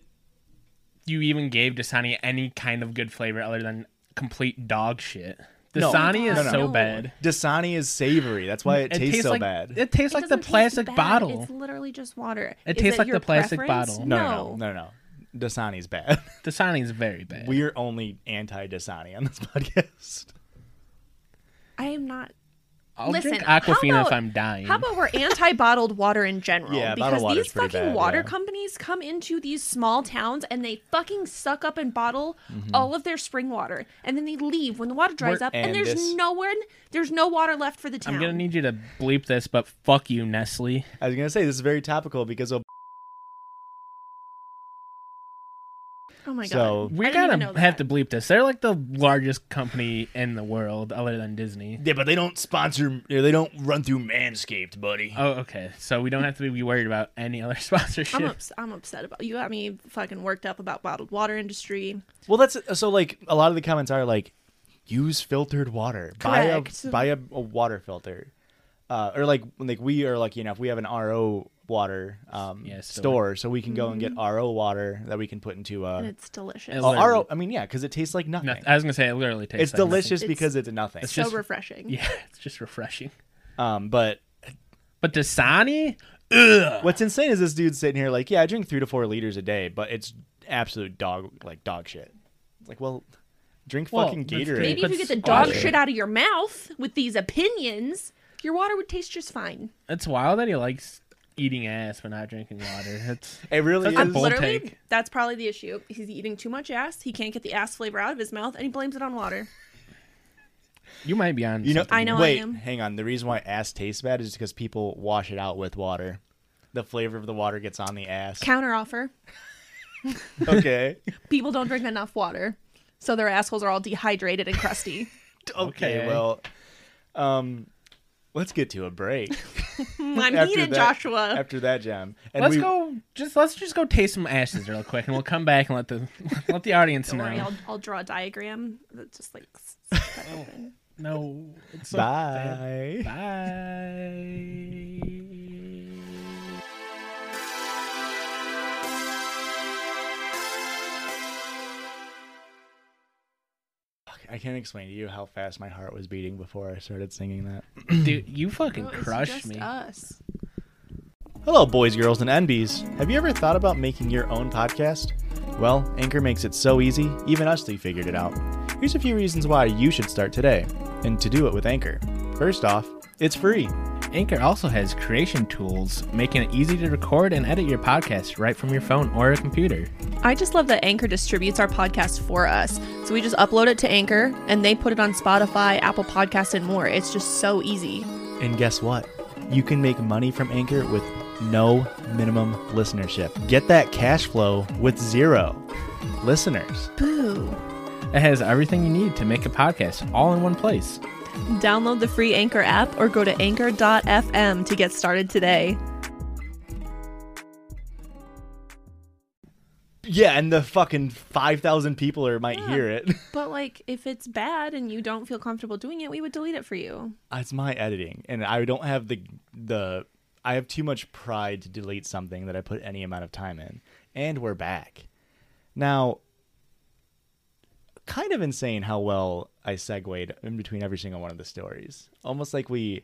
[SPEAKER 3] you even gave Dasani any kind of good flavor other than complete dog shit.
[SPEAKER 2] No.
[SPEAKER 3] Dasani is
[SPEAKER 4] No, no,
[SPEAKER 3] so
[SPEAKER 4] no.
[SPEAKER 3] bad.
[SPEAKER 2] Dasani is savory. That's why it, tastes, so
[SPEAKER 3] like,
[SPEAKER 2] bad.
[SPEAKER 3] It tastes
[SPEAKER 4] It
[SPEAKER 3] like the
[SPEAKER 4] doesn't taste
[SPEAKER 3] plastic
[SPEAKER 4] bad.
[SPEAKER 3] bottle.
[SPEAKER 4] It's literally just water.
[SPEAKER 3] It
[SPEAKER 4] Is
[SPEAKER 3] tastes like
[SPEAKER 4] your
[SPEAKER 3] the plastic
[SPEAKER 4] preference?
[SPEAKER 3] bottle.
[SPEAKER 2] no, no, no, no, no. Dasani's bad.
[SPEAKER 3] Dasani's very bad.
[SPEAKER 2] We're only anti Dasani on this podcast.
[SPEAKER 4] I am not.
[SPEAKER 3] I'll
[SPEAKER 4] Listen,
[SPEAKER 3] drink
[SPEAKER 4] how
[SPEAKER 3] Aquafina
[SPEAKER 4] about-
[SPEAKER 3] if I'm dying.
[SPEAKER 4] How about we're anti-bottled water in general?
[SPEAKER 2] Yeah, bottled
[SPEAKER 4] because
[SPEAKER 2] water's
[SPEAKER 4] these
[SPEAKER 2] pretty
[SPEAKER 4] fucking
[SPEAKER 2] bad,
[SPEAKER 4] water
[SPEAKER 2] yeah.
[SPEAKER 4] companies come into these small towns and they fucking suck up and bottle all of their spring water, and then they leave when the water dries
[SPEAKER 2] Mm-hmm. We're-
[SPEAKER 4] up, and,
[SPEAKER 2] and
[SPEAKER 4] there's
[SPEAKER 2] this-
[SPEAKER 4] no one, there's no water left for the town.
[SPEAKER 3] I'm gonna need you to bleep this, but fuck you, Nestle.
[SPEAKER 2] I was gonna say this is very topical because of
[SPEAKER 4] oh my god.
[SPEAKER 2] So-
[SPEAKER 4] I
[SPEAKER 3] We're
[SPEAKER 4] didn't even
[SPEAKER 3] gonna
[SPEAKER 4] know that.
[SPEAKER 3] have to bleep this. They're like the largest company in the world, other than Disney.
[SPEAKER 2] yeah, but they don't sponsor. They don't run through Manscaped, buddy.
[SPEAKER 3] Oh, okay. So we don't have to be worried about any other sponsorship.
[SPEAKER 4] I'm, ups- I'm upset about you. Got me fucking worked up about bottled water industry.
[SPEAKER 2] Well, that's so. Like a lot of the comments are like, use filtered water. Buy a
[SPEAKER 4] Correct.
[SPEAKER 2] buy a, a water filter, uh, or like like we are lucky enough we have an RO water um,
[SPEAKER 3] Yeah, store.
[SPEAKER 2] store, so we can go and get RO water that we can put into
[SPEAKER 4] Mm-hmm.
[SPEAKER 2] uh,
[SPEAKER 4] And
[SPEAKER 2] a.
[SPEAKER 4] it's delicious.
[SPEAKER 3] It
[SPEAKER 2] Oh,
[SPEAKER 3] literally-
[SPEAKER 2] RO. I mean, yeah, because it tastes like nothing.
[SPEAKER 3] No, I was gonna say it literally tastes.
[SPEAKER 2] it's
[SPEAKER 3] like
[SPEAKER 2] delicious
[SPEAKER 4] It's-
[SPEAKER 2] because it's nothing.
[SPEAKER 4] so
[SPEAKER 3] just-
[SPEAKER 4] refreshing.
[SPEAKER 3] nothing. Yeah, it's just refreshing.
[SPEAKER 2] Um, but
[SPEAKER 3] But Dasani,
[SPEAKER 2] what's insane is this dude sitting here like, yeah, I drink three to four liters a day, but it's absolute dog like dog shit. It's like, well, drink
[SPEAKER 3] Well,
[SPEAKER 2] fucking
[SPEAKER 3] that's
[SPEAKER 2] Gatorade.
[SPEAKER 4] Maybe if you get the
[SPEAKER 3] That's
[SPEAKER 4] dog
[SPEAKER 3] awesome.
[SPEAKER 4] shit out of your mouth with these opinions, your water would taste just fine.
[SPEAKER 3] it's wild that he likes eating ass but not drinking water. It's
[SPEAKER 2] It really
[SPEAKER 3] That's a
[SPEAKER 2] is.
[SPEAKER 3] bold-
[SPEAKER 4] Literally,
[SPEAKER 3] take.
[SPEAKER 4] that's probably the issue. He's eating too much ass. He can't get the ass flavor out of his mouth, and he blames it on water.
[SPEAKER 3] you might be on.
[SPEAKER 2] You know,
[SPEAKER 3] something.
[SPEAKER 4] I know I
[SPEAKER 2] Wait,
[SPEAKER 4] am.
[SPEAKER 2] hang on. The reason why ass tastes bad is because people wash it out with water. The flavor of the water gets on the ass.
[SPEAKER 4] Counter offer:
[SPEAKER 2] okay.
[SPEAKER 4] people don't drink enough water, so their assholes are all dehydrated and crusty.
[SPEAKER 2] okay.
[SPEAKER 3] Okay.
[SPEAKER 2] Well, um, let's get to a break.
[SPEAKER 4] I'm
[SPEAKER 2] After
[SPEAKER 4] heated,
[SPEAKER 2] that-
[SPEAKER 4] Joshua.
[SPEAKER 2] After that, Jam. And
[SPEAKER 3] let's
[SPEAKER 2] we-
[SPEAKER 3] go. Just let's just go taste some ashes real quick, and we'll come back and let the let the audience
[SPEAKER 4] Don't worry,
[SPEAKER 3] know.
[SPEAKER 4] I'll, I'll draw a diagram that's just like. s- cut open.
[SPEAKER 3] No, it's so bad.
[SPEAKER 2] Bye.
[SPEAKER 3] Bye.
[SPEAKER 2] I can't explain to you how fast my heart was beating before I started singing that.
[SPEAKER 3] Dude, you fucking
[SPEAKER 4] No, it's
[SPEAKER 3] crushed
[SPEAKER 4] just
[SPEAKER 3] me.
[SPEAKER 4] us.
[SPEAKER 2] Hello, boys, girls, and NBs. Have you ever thought about making your own podcast? Well, Anchor makes it so easy, even us three figured it out. Here's a few reasons why you should start today, and to do it with Anchor. First off, it's free.
[SPEAKER 3] Anchor also has creation tools, making it easy to record and edit your podcast right from your phone or a computer.
[SPEAKER 4] I just love that Anchor distributes our podcast for us. So we just upload it to Anchor and they put it on Spotify, Apple Podcasts, and more. It's just so easy.
[SPEAKER 2] And guess what? You can make money from Anchor with no minimum listenership. Get that cash flow with zero listeners.
[SPEAKER 4] Boo.
[SPEAKER 3] It has everything you need to make a podcast all in one place.
[SPEAKER 4] Download the free Anchor app or go to anchor.fm to get started today.
[SPEAKER 2] Yeah, and the fucking 5,000 people are, might
[SPEAKER 4] Yeah.
[SPEAKER 2] hear it.
[SPEAKER 4] But like if it's bad and you don't feel comfortable doing it, we would delete it for you.
[SPEAKER 2] it's my editing and i don't have the the i have too much pride to delete something that i put any amount of time in and we're back now kind of insane how well i segued in between every single one of the stories almost like we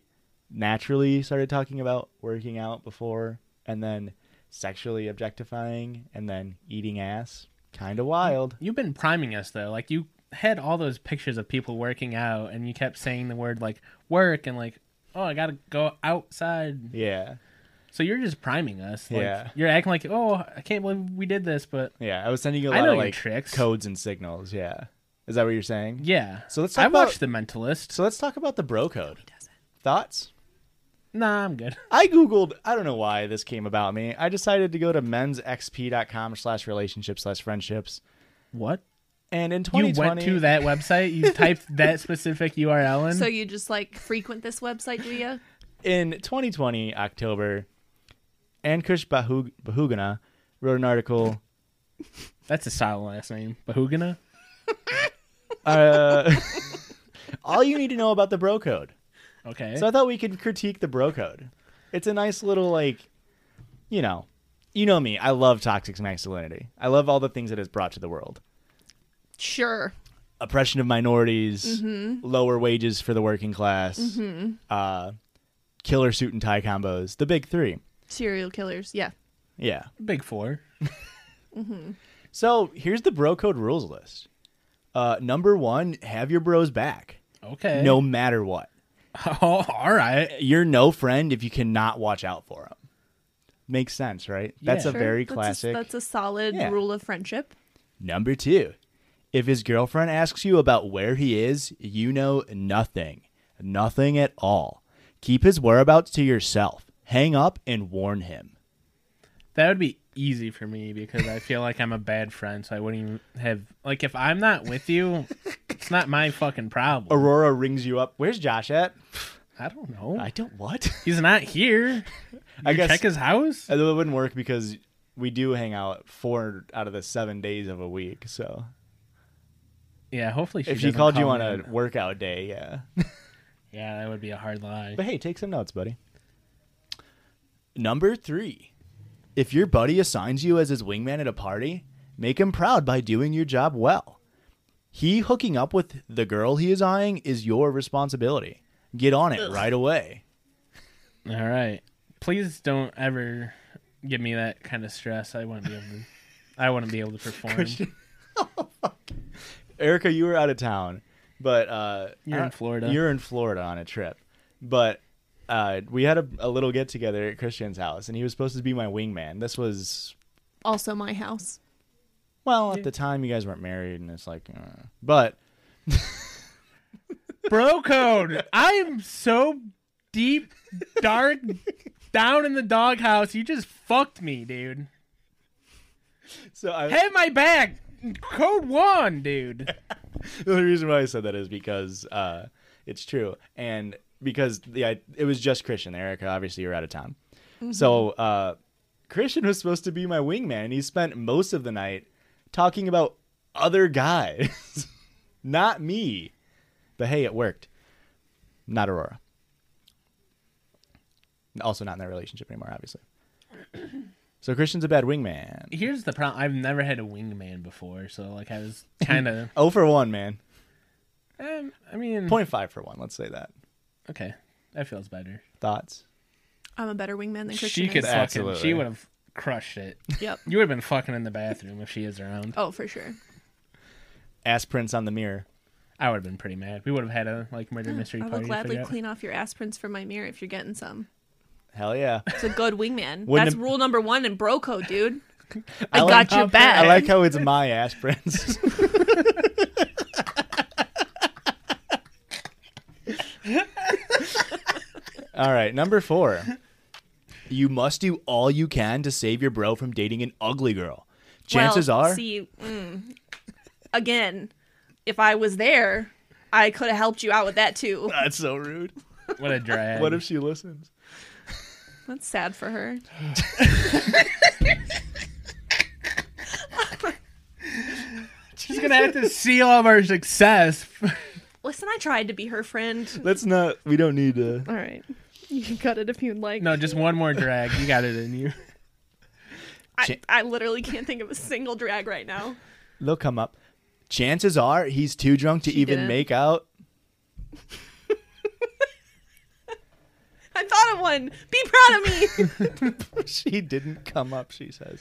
[SPEAKER 2] naturally started talking about working out before and then sexually objectifying and then eating ass kind of wild
[SPEAKER 3] You've been priming us though. Like you had all those pictures of people working out and you kept saying the word like work and like, oh, I got to go outside.
[SPEAKER 2] yeah
[SPEAKER 3] So you're just priming us. Like,
[SPEAKER 2] Yeah.
[SPEAKER 3] You're acting like, "Oh, I can't believe we did this," but
[SPEAKER 2] yeah i was sending you a
[SPEAKER 3] I
[SPEAKER 2] lot
[SPEAKER 3] know
[SPEAKER 2] of
[SPEAKER 3] your
[SPEAKER 2] like
[SPEAKER 3] tricks.
[SPEAKER 2] codes and signals yeah is that what you're saying
[SPEAKER 3] yeah.
[SPEAKER 2] So let's
[SPEAKER 3] I
[SPEAKER 2] talk about-
[SPEAKER 3] watched The Mentalist.
[SPEAKER 2] So let's talk about the bro code. Thoughts?
[SPEAKER 3] Nah, I'm good.
[SPEAKER 2] I googled. I don't know why this came about me. I decided to go to mensxp.com slash relationships slash friendships,
[SPEAKER 3] What?
[SPEAKER 2] and in
[SPEAKER 3] You
[SPEAKER 2] 2020,
[SPEAKER 3] went to that website. You typed that specific URL in.
[SPEAKER 4] So you just like frequent this website, do you?
[SPEAKER 2] in 2020 October, Ankush Bahug- Bahugana wrote an article.
[SPEAKER 3] That's a solid last name. Bahugana.
[SPEAKER 2] Uh, all you need to know about the bro code.
[SPEAKER 3] Okay.
[SPEAKER 2] So I thought we could critique the bro code. It's a nice little like, you know, you know me. I love toxic masculinity. I love all the things it has brought to the world.
[SPEAKER 4] Sure.
[SPEAKER 2] Oppression of minorities,
[SPEAKER 4] Mm-hmm.
[SPEAKER 2] lower wages for the working class, uh, killer suit and tie combos, the big three.
[SPEAKER 4] Serial killers. Yeah.
[SPEAKER 2] Yeah.
[SPEAKER 3] Big four.
[SPEAKER 2] So here's the bro code rules list. Uh, number one, have your bros back,
[SPEAKER 3] Okay.
[SPEAKER 2] no matter what.
[SPEAKER 3] Oh, all right.
[SPEAKER 2] You're no friend if you cannot watch out for them. Makes sense, right? That's
[SPEAKER 3] Yeah.
[SPEAKER 2] a
[SPEAKER 4] Sure.
[SPEAKER 2] very
[SPEAKER 4] That's a-
[SPEAKER 2] classic.
[SPEAKER 4] That's a, solid
[SPEAKER 2] Yeah.
[SPEAKER 4] rule of friendship.
[SPEAKER 2] Number two, if his girlfriend asks you about where he is, you know nothing. Nothing at all. Keep his whereabouts to yourself. Hang up and warn him.
[SPEAKER 3] That would be easy for me because I feel like I'm a bad friend, so I wouldn't even have like if I'm not with you, it's not my fucking problem.
[SPEAKER 2] Aurora rings you up. Where's Josh at?
[SPEAKER 3] I don't know.
[SPEAKER 2] I don't what?
[SPEAKER 3] He's not here.
[SPEAKER 2] I
[SPEAKER 3] You
[SPEAKER 2] guess
[SPEAKER 3] check his house.
[SPEAKER 2] it wouldn't work because we do hang out four out of the seven days of a week. So
[SPEAKER 3] Yeah, hopefully she
[SPEAKER 2] if she
[SPEAKER 3] doesn't
[SPEAKER 2] called you
[SPEAKER 3] call
[SPEAKER 2] on a
[SPEAKER 3] in.
[SPEAKER 2] workout day, yeah.
[SPEAKER 3] yeah, that would be a hard lie.
[SPEAKER 2] But hey, take some notes, buddy. Number three. If your buddy assigns you as his wingman at a party, make him proud by doing your job well. He hooking up with the girl he is eyeing is your responsibility. Get on it right away.
[SPEAKER 3] All right. Please don't ever give me that kind of stress. I wouldn't be able to. I wouldn't be able to perform.
[SPEAKER 2] Erica, you were out of town, but uh,
[SPEAKER 3] You're in
[SPEAKER 2] uh,
[SPEAKER 3] Florida.
[SPEAKER 2] You're in Florida on a trip, but uh, we had a, a little get together at Christian's house, and he was supposed to be my wingman. This was
[SPEAKER 4] Also, my house.
[SPEAKER 2] well at the time you guys weren't married, and it's like, uh, but
[SPEAKER 3] Bro code. I am so deep, dark, down in the doghouse. You just fucked me, dude.
[SPEAKER 2] so I,
[SPEAKER 3] Have my bag. Code one, dude.
[SPEAKER 2] the only reason why I said that is because uh, it's true, and because the I, it was just Christian. Erica, obviously, you're out of town, so uh, Christian was supposed to be my wingman, and he spent most of the night talking about other guys, not me. But hey, it worked. Not Aurora. Also, not in that relationship anymore, obviously. So Christian's a bad wingman.
[SPEAKER 3] Here's the problem. I've never had a wingman before, so like I was kind of.
[SPEAKER 2] Oh for one, man.
[SPEAKER 3] um, I mean,
[SPEAKER 2] Point five for one. Let's say that.
[SPEAKER 3] okay, that feels better.
[SPEAKER 2] Thoughts.
[SPEAKER 4] I'm a better wingman than Christian.
[SPEAKER 3] She could
[SPEAKER 4] is.
[SPEAKER 3] fucking.
[SPEAKER 2] Absolutely.
[SPEAKER 3] She would have crushed it.
[SPEAKER 4] Yep.
[SPEAKER 3] You would have been fucking in the bathroom if she is around.
[SPEAKER 4] Oh, for sure.
[SPEAKER 2] Ass prints on the mirror.
[SPEAKER 3] I would have been pretty mad. We would have had a like murder mystery
[SPEAKER 4] I
[SPEAKER 3] party.
[SPEAKER 4] will
[SPEAKER 3] to
[SPEAKER 4] gladly
[SPEAKER 3] figure out.
[SPEAKER 4] clean off your aspirins from my mirror if you're getting some.
[SPEAKER 2] Hell yeah.
[SPEAKER 4] It's a good wingman.
[SPEAKER 2] Wouldn't
[SPEAKER 4] That's
[SPEAKER 2] it-
[SPEAKER 4] rule number one in bro code, dude. I,
[SPEAKER 2] like-
[SPEAKER 4] got your
[SPEAKER 3] Okay.
[SPEAKER 4] back.
[SPEAKER 2] I like how it's my aspirins. all right, number four. You must do all you can to save your bro from dating an ugly girl. Chances
[SPEAKER 4] well,
[SPEAKER 2] are,
[SPEAKER 4] See, mm, again, if I was there, I could have helped you out with that too.
[SPEAKER 2] that's so rude.
[SPEAKER 3] What a drag.
[SPEAKER 2] What if she listens?
[SPEAKER 4] That's sad for her.
[SPEAKER 3] she's gonna have to seal all of our success?
[SPEAKER 4] Listen, I tried to be her friend.
[SPEAKER 2] Let's not. We don't need to.
[SPEAKER 4] All right, you can cut it if you'd like.
[SPEAKER 3] no, just one more drag. You got it in you.
[SPEAKER 4] I,
[SPEAKER 2] Ch-
[SPEAKER 4] I literally can't think of a single drag right now.
[SPEAKER 2] They'll come up. Chances are, he's too drunk to
[SPEAKER 4] She
[SPEAKER 2] even
[SPEAKER 4] didn't.
[SPEAKER 2] make out.
[SPEAKER 4] I thought of one. Be proud of me.
[SPEAKER 2] she didn't come up, she says.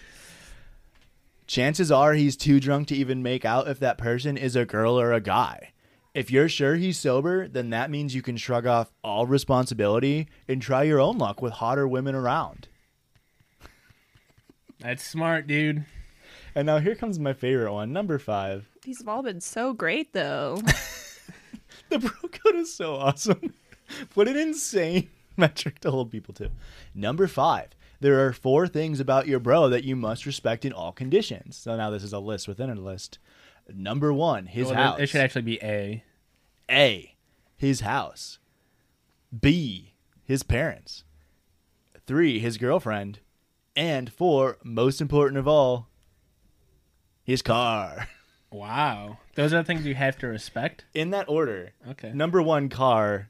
[SPEAKER 2] Chances are he's too drunk to even make out if that person is a girl or a guy. If you're sure he's sober, then that means you can shrug off all responsibility and try your own luck with hotter women around.
[SPEAKER 3] That's smart, dude.
[SPEAKER 2] And now here comes my favorite one, number five.
[SPEAKER 4] These have all been so great, though.
[SPEAKER 2] The bro code is so awesome. What an insane metric to hold people to. Number five, there are four things about your bro that you must respect in all conditions. So now this is a list within a list. Number one, his
[SPEAKER 3] Well,
[SPEAKER 2] house.
[SPEAKER 3] it- It should actually be A.
[SPEAKER 2] A, his house. B, his parents. Three, his girlfriend. And four, most important of all, his car.
[SPEAKER 3] Wow. Those are the things you have to respect.
[SPEAKER 2] In that order.
[SPEAKER 3] Okay.
[SPEAKER 2] Number one, car.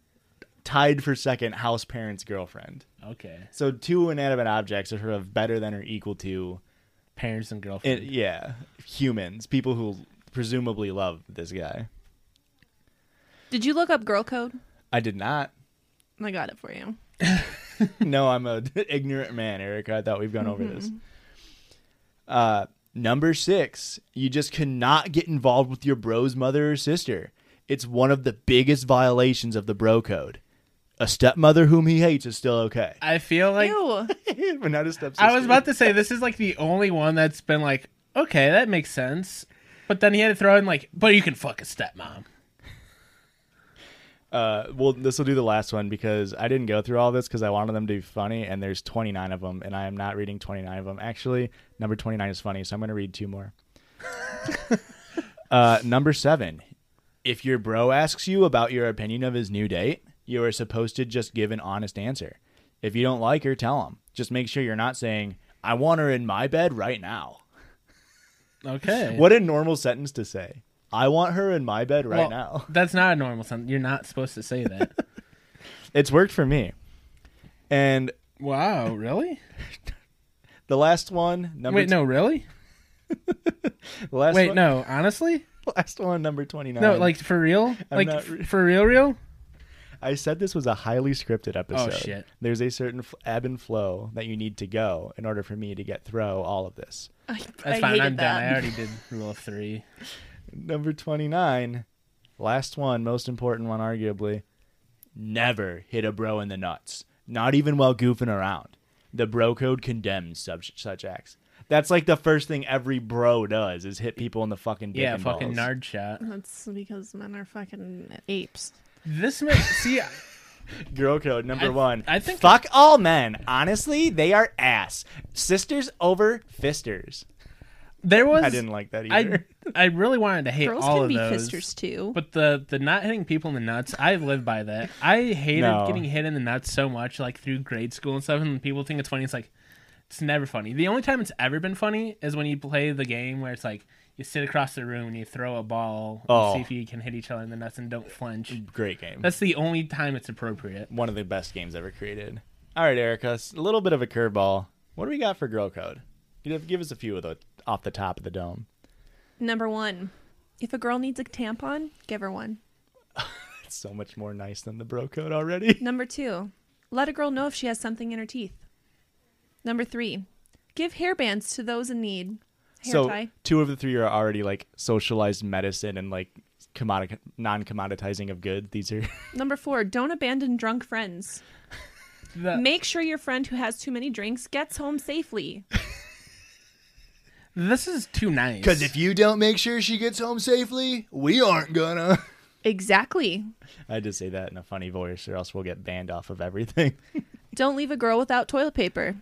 [SPEAKER 2] Tied for second, house, parents, girlfriend.
[SPEAKER 3] Okay.
[SPEAKER 2] So two inanimate objects are sort of better than or equal to,
[SPEAKER 3] Parents and girlfriend.
[SPEAKER 2] it, yeah, humans, people who presumably love this guy.
[SPEAKER 4] Did you look up girl code?
[SPEAKER 2] I did not.
[SPEAKER 4] I got it for you.
[SPEAKER 2] no, I'm a ignorant man, Erica. I thought we've gone over this. Uh, number six, you just cannot get involved with your bro's mother or sister. It's one of the biggest violations of the bro code. A stepmother whom he hates is still okay,
[SPEAKER 3] I feel like
[SPEAKER 4] Ew.
[SPEAKER 2] but not a stepsister.
[SPEAKER 3] I was about to say this is like the only one that's been like, okay, that makes sense. But then he had to throw in like, but you can fuck a stepmom.
[SPEAKER 2] Uh, well, this will do the last one because I didn't go through all this because I wanted them to be funny, and there's 29 of them, and I am not reading 29 of them. Actually, number 29 is funny, so I'm going to read two more. uh, number seven, if your bro asks you about your opinion of his new date, you are supposed to just give an honest answer. If you don't like her, tell him. Just make sure you're not saying, "I want her in my bed right now."
[SPEAKER 3] Okay.
[SPEAKER 2] What a normal sentence to say. I want her in my bed right
[SPEAKER 3] Well,
[SPEAKER 2] now.
[SPEAKER 3] That's not a normal sentence. You're not supposed to say that.
[SPEAKER 2] It's worked for me. And
[SPEAKER 3] wow, really?
[SPEAKER 2] The last one, number
[SPEAKER 3] Wait,
[SPEAKER 2] t-
[SPEAKER 3] no, really?
[SPEAKER 2] the last
[SPEAKER 3] Wait,
[SPEAKER 2] one,
[SPEAKER 3] no, honestly?
[SPEAKER 2] last one, number twenty nine.
[SPEAKER 3] No, like for real? like
[SPEAKER 2] Um, not
[SPEAKER 3] f-
[SPEAKER 2] re-
[SPEAKER 3] for real real?
[SPEAKER 2] I said, this was a highly scripted episode.
[SPEAKER 3] Oh, shit.
[SPEAKER 2] There's a certain f- ebb and flow that you need to go in order for me to get through all of this.
[SPEAKER 4] I,
[SPEAKER 3] That's
[SPEAKER 4] I
[SPEAKER 3] fine.
[SPEAKER 4] hated
[SPEAKER 3] I'm done. I
[SPEAKER 4] that.
[SPEAKER 3] already did rule of 3.
[SPEAKER 2] Number twenty nine, last one, most important one, arguably. Never hit a bro in the nuts, not even while goofing around. The bro code condemns such such acts. That's like the first thing every bro does is hit people in the fucking dick
[SPEAKER 3] Yeah,
[SPEAKER 2] and
[SPEAKER 3] fucking
[SPEAKER 2] balls.
[SPEAKER 3] nard shot.
[SPEAKER 4] That's because men are fucking apes.
[SPEAKER 3] This makes see
[SPEAKER 2] Girl code number
[SPEAKER 3] I-
[SPEAKER 2] one.
[SPEAKER 3] I think-
[SPEAKER 2] fuck all men. Honestly, they are ass. Sisters over fisters.
[SPEAKER 3] there was
[SPEAKER 2] I didn't like that
[SPEAKER 3] I,
[SPEAKER 2] either.
[SPEAKER 3] I really wanted to hate
[SPEAKER 4] Girls
[SPEAKER 3] all
[SPEAKER 4] can
[SPEAKER 3] of
[SPEAKER 4] be
[SPEAKER 3] those.
[SPEAKER 4] fisters too.
[SPEAKER 3] But the the not hitting people in the nuts, I live by that. I hated
[SPEAKER 2] No.
[SPEAKER 3] getting hit in the nuts so much, like through grade school and stuff. And people think it's funny. It's like it's never funny. The only time it's ever been funny is when you play the game where it's like you sit across the room and you throw a ball and
[SPEAKER 2] Oh. Mm.
[SPEAKER 3] see if you can hit each other in the nuts and don't flinch.
[SPEAKER 2] Great game.
[SPEAKER 3] That's the only time it's appropriate.
[SPEAKER 2] one of the best games ever created. All right, Erica, s- a little bit of a curveball. What do we got for girl code? You have- Give us a few of the off the top of the dome.
[SPEAKER 4] Number one, if a girl needs a tampon, give her one.
[SPEAKER 2] It's so much more nice than the bro code already.
[SPEAKER 4] Number two, let a girl know if she has something in her teeth. Number three, give hairbands to those in need. Hair
[SPEAKER 2] so
[SPEAKER 4] tie.
[SPEAKER 2] two of the three are already like socialized medicine and like commodit- non-commoditizing of good. These are
[SPEAKER 4] Number four, don't abandon drunk friends.
[SPEAKER 3] The,
[SPEAKER 4] Make sure your friend who has too many drinks gets home safely.
[SPEAKER 3] this is too nice.
[SPEAKER 2] you don't make sure she gets home safely, we aren't gonna.
[SPEAKER 4] Exactly.
[SPEAKER 2] I had to say that in a funny voice, or else we'll get banned off of everything.
[SPEAKER 4] Don't leave a girl without toilet paper.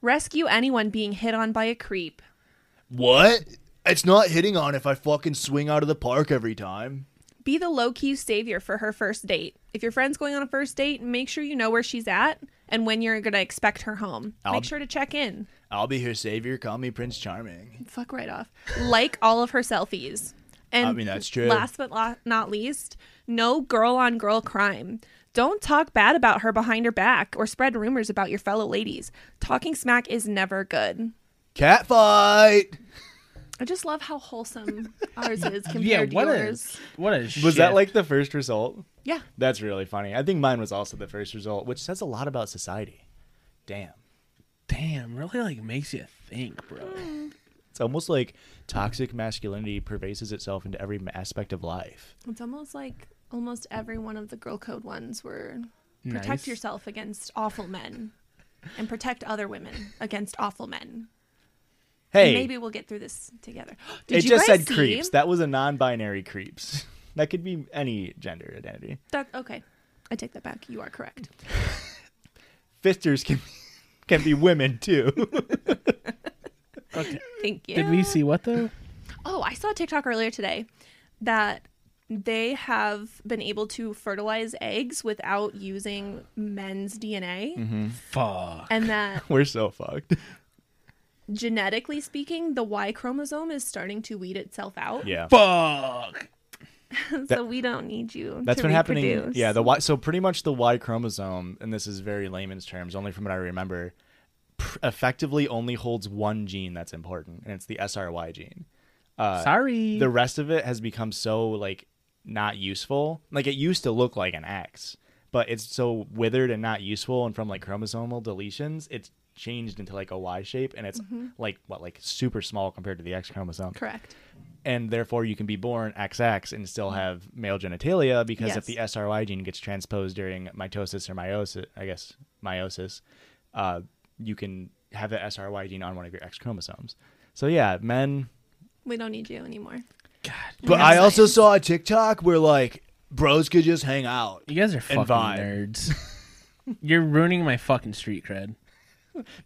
[SPEAKER 4] Rescue anyone being hit on by a creep.
[SPEAKER 2] What? It's not hitting on if I fucking swing out of the park every time.
[SPEAKER 4] Be the low key savior for her first date. If your friend's going on a first date, make sure you know where she's at and when you're going to expect her home.
[SPEAKER 2] I'll-
[SPEAKER 4] Make sure to check in.
[SPEAKER 2] I'll be her savior. Call me Prince Charming.
[SPEAKER 4] Fuck right off. Like all of her selfies. And
[SPEAKER 2] I mean, that's true.
[SPEAKER 4] Last but la- not least, no girl on girl crime. Don't talk bad about her behind her back or spread rumors about your fellow ladies. Talking smack is never good.
[SPEAKER 2] Cat fight.
[SPEAKER 4] I just love how wholesome ours is compared
[SPEAKER 3] yeah,
[SPEAKER 4] to
[SPEAKER 3] what
[SPEAKER 4] yours.
[SPEAKER 3] is what a
[SPEAKER 2] Was that like the first result?
[SPEAKER 4] Yeah.
[SPEAKER 2] That's really funny. I think mine was also the first result, which says a lot about society. Damn.
[SPEAKER 3] damn? Really like makes you think, bro.
[SPEAKER 4] Mm,
[SPEAKER 2] It's almost like toxic masculinity pervades itself into every aspect of life.
[SPEAKER 4] It's almost like almost every one of the girl code ones were protect
[SPEAKER 3] Nice.
[SPEAKER 4] yourself against awful men and protect other women against awful men.
[SPEAKER 2] Hey,
[SPEAKER 4] Maybe we'll get through this together. Did
[SPEAKER 2] it
[SPEAKER 4] you
[SPEAKER 2] just
[SPEAKER 4] guys
[SPEAKER 2] said
[SPEAKER 4] see-
[SPEAKER 2] creeps. That was a non-binary creeps. That could be any gender identity.
[SPEAKER 4] That okay. I take that back. You are correct.
[SPEAKER 2] Fisters can can be women too.
[SPEAKER 4] Thank you.
[SPEAKER 3] Did we see what though?
[SPEAKER 4] Oh, I saw a TikTok earlier today that they have been able to fertilize eggs without using men's DNA,
[SPEAKER 2] Mm-hmm.
[SPEAKER 3] Fuck.
[SPEAKER 4] and that
[SPEAKER 2] We're so fucked.
[SPEAKER 4] genetically speaking, the Y chromosome is starting to weed itself out.
[SPEAKER 2] Yeah.
[SPEAKER 3] Fuck.
[SPEAKER 4] so we don't need you.
[SPEAKER 2] That's
[SPEAKER 4] to
[SPEAKER 2] been happening.
[SPEAKER 4] reproduce.
[SPEAKER 2] Yeah, the Y. So pretty much the Y chromosome, and this is very layman's terms, only from what I remember, pr- effectively only holds one gene that's important, and it's the SRY gene.
[SPEAKER 4] Mm.
[SPEAKER 3] Sorry.
[SPEAKER 2] Uh, The rest of it has become so like not useful. Like it used to look like an X, but it's so withered and not useful. And from like chromosomal deletions, it's changed into like a Y shape, and it's
[SPEAKER 4] Mm-hmm.
[SPEAKER 2] like what like super small compared to the X chromosome
[SPEAKER 4] correct.
[SPEAKER 2] and therefore you can be born XX and still have male genitalia because if
[SPEAKER 4] Yes.
[SPEAKER 2] the SRY gene gets transposed during mitosis or meiosis, I guess meiosis, uh, you can have the SRY gene on one of your X chromosomes. So yeah, men.
[SPEAKER 4] We don't need you anymore.
[SPEAKER 2] But I also saw a TikTok where like bros could just hang out.
[SPEAKER 3] you guys are fucking
[SPEAKER 2] vibe.
[SPEAKER 3] nerds. You're ruining my fucking street cred.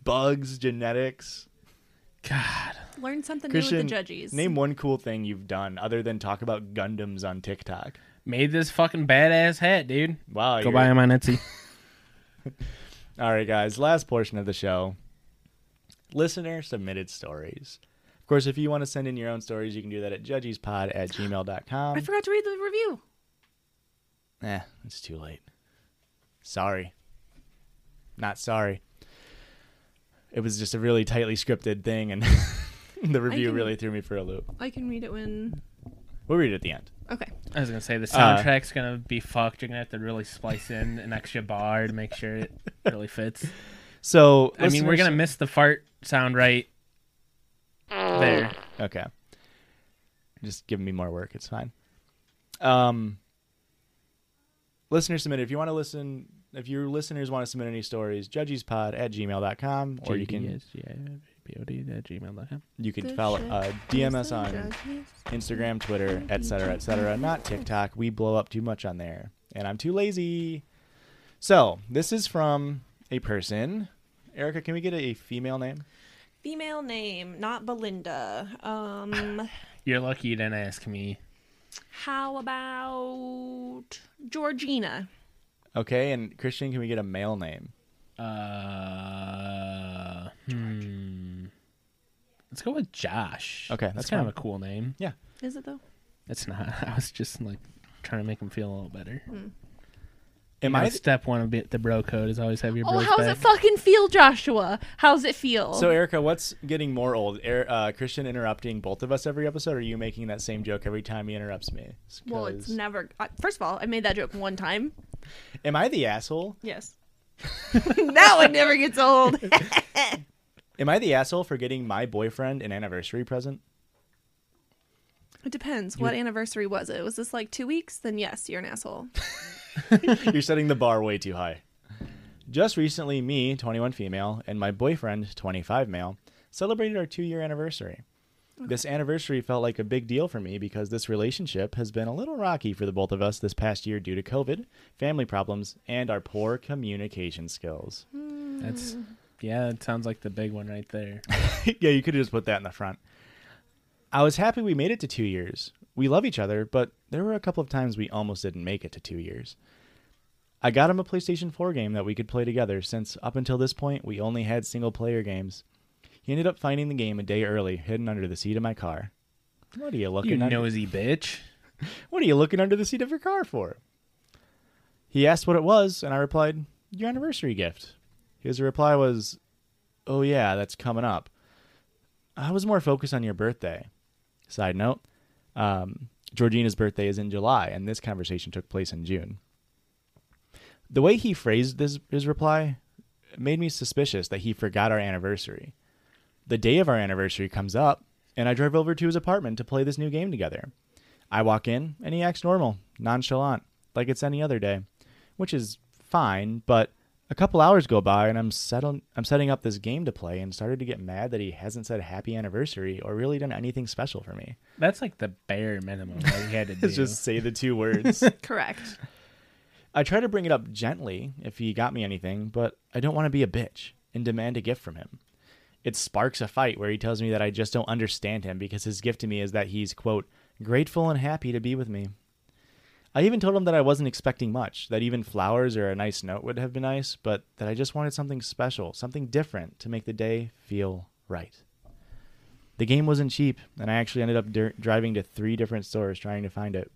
[SPEAKER 2] Bugs, genetics.
[SPEAKER 3] God.
[SPEAKER 4] Learn something
[SPEAKER 2] Christian,
[SPEAKER 4] new with the judges.
[SPEAKER 2] name one cool thing you've done other than talk about Gundams on TikTok.
[SPEAKER 3] Made this fucking badass hat, dude.
[SPEAKER 2] Wow,
[SPEAKER 3] Go
[SPEAKER 2] you're-
[SPEAKER 3] buy him on Etsy.
[SPEAKER 2] All right, guys, last portion of the show. Listener submitted stories. Of course, if you want to send in your own stories, you can do that at judgiespod at
[SPEAKER 4] I
[SPEAKER 2] gmail.com.
[SPEAKER 4] forgot to read the review.
[SPEAKER 2] Eh, it's too late. Sorry. Not sorry. It was just a really tightly scripted thing, and the review
[SPEAKER 4] can-
[SPEAKER 2] really threw me for a loop.
[SPEAKER 4] I can read it when.
[SPEAKER 2] We'll read it at the end.
[SPEAKER 4] Okay.
[SPEAKER 3] I was gonna say the soundtrack's gonna be fucked. You're gonna have to really splice in an extra bar to make sure it really fits.
[SPEAKER 2] So,
[SPEAKER 3] I mean, we're
[SPEAKER 2] listeners-
[SPEAKER 3] gonna miss the fart sound right there.
[SPEAKER 2] Okay. Just giving me more work. It's fine. Um, listener submitted. If you want to listen, if your listeners want to submit any stories, judgiespod at gmail.com or you can
[SPEAKER 3] gmail.com.
[SPEAKER 2] you can
[SPEAKER 4] The
[SPEAKER 2] follow uh, DM us
[SPEAKER 4] Some
[SPEAKER 2] on
[SPEAKER 4] judges.
[SPEAKER 2] Instagram, Twitter, etc., etc. Not TikTok. We blow up too much on there, and I'm too lazy. So this is from a person. Erica, can we get a female name?
[SPEAKER 4] Female name, not Belinda. Um,
[SPEAKER 3] You're lucky you didn't ask me.
[SPEAKER 4] how about Georgina?
[SPEAKER 2] Okay, and Christian, can we get a male name?
[SPEAKER 3] Uh, hmm. Let's go with Josh.
[SPEAKER 2] Okay,
[SPEAKER 3] that's
[SPEAKER 2] that's
[SPEAKER 3] kind of
[SPEAKER 2] fine.
[SPEAKER 3] a cool name.
[SPEAKER 2] Yeah.
[SPEAKER 4] Is it though?
[SPEAKER 3] It's not. I was just like trying to make him feel a little better.
[SPEAKER 4] Hmm.
[SPEAKER 2] Am
[SPEAKER 3] My
[SPEAKER 2] I
[SPEAKER 3] step one of the bro code is always have your
[SPEAKER 4] Oh,
[SPEAKER 3] bros
[SPEAKER 4] how's
[SPEAKER 3] back.
[SPEAKER 4] it fucking feel, Joshua? How's it feel?
[SPEAKER 2] So, Erica, what's getting more old? Er, uh, Christian interrupting both of us every episode, or are you making that same joke every time he interrupts me? It's
[SPEAKER 4] well, it's
[SPEAKER 2] 'cause-
[SPEAKER 4] never. I- First of all, I made that joke one time.
[SPEAKER 2] Am I the asshole?
[SPEAKER 4] Yes. that one Oh, never gets old.
[SPEAKER 2] Am I the asshole for getting my boyfriend an anniversary present?
[SPEAKER 4] It depends. What anniversary was it? Was this like two weeks? Then yes, you're an asshole.
[SPEAKER 2] You're setting the bar way too high. Just recently, me, 21 female, and my boyfriend, 25 male, celebrated our two year anniversary. This anniversary felt like a big deal for me because this relationship has been a little rocky for the both of us this past year due to COVID, family problems, and our poor communication skills.
[SPEAKER 3] That's yeah, it sounds like the big one right there.
[SPEAKER 2] yeah, you could have just put that in the front. I was happy we made it to two years. We love each other, but there were a couple of times we almost didn't make it to two years. I got him a PlayStation 4 game that we could play together since up until this point we only had single player games. He ended up finding the game a day early, hidden under the seat of my car. What are you looking
[SPEAKER 3] You
[SPEAKER 2] under?
[SPEAKER 3] nosy bitch.
[SPEAKER 2] What are you looking under the seat of your car for? He asked what it was, and I replied, Your anniversary gift. His reply was, Oh, yeah, that's coming up. I was more focused on your birthday. Side note um, Georgina's birthday is in July, and this conversation took place in June. The way he phrased this, his reply made me suspicious that he forgot our anniversary. The day of our anniversary comes up, and I drive over to his apartment to play this new game together. I walk in, and he acts normal, nonchalant, like it's any other day, which is fine, but a couple hours go by, and I'm, settled, I'm setting up this game to play and started to get mad that he hasn't said happy anniversary or really done anything special for me.
[SPEAKER 3] That's like the bare minimum that we had to do.
[SPEAKER 2] It's just say the two words.
[SPEAKER 4] Correct.
[SPEAKER 2] I try to bring it up gently if he got me anything, but I don't want to be a bitch and demand a gift from him. It sparks a fight where he tells me that I just don't understand him because his gift to me is that he's, quote, grateful and happy to be with me. I even told him that I wasn't expecting much, that even flowers or a nice note would have been nice, but that I just wanted something special, something different to make the day feel right. The game wasn't cheap, and I actually ended up dir- driving to three different stores trying to find it.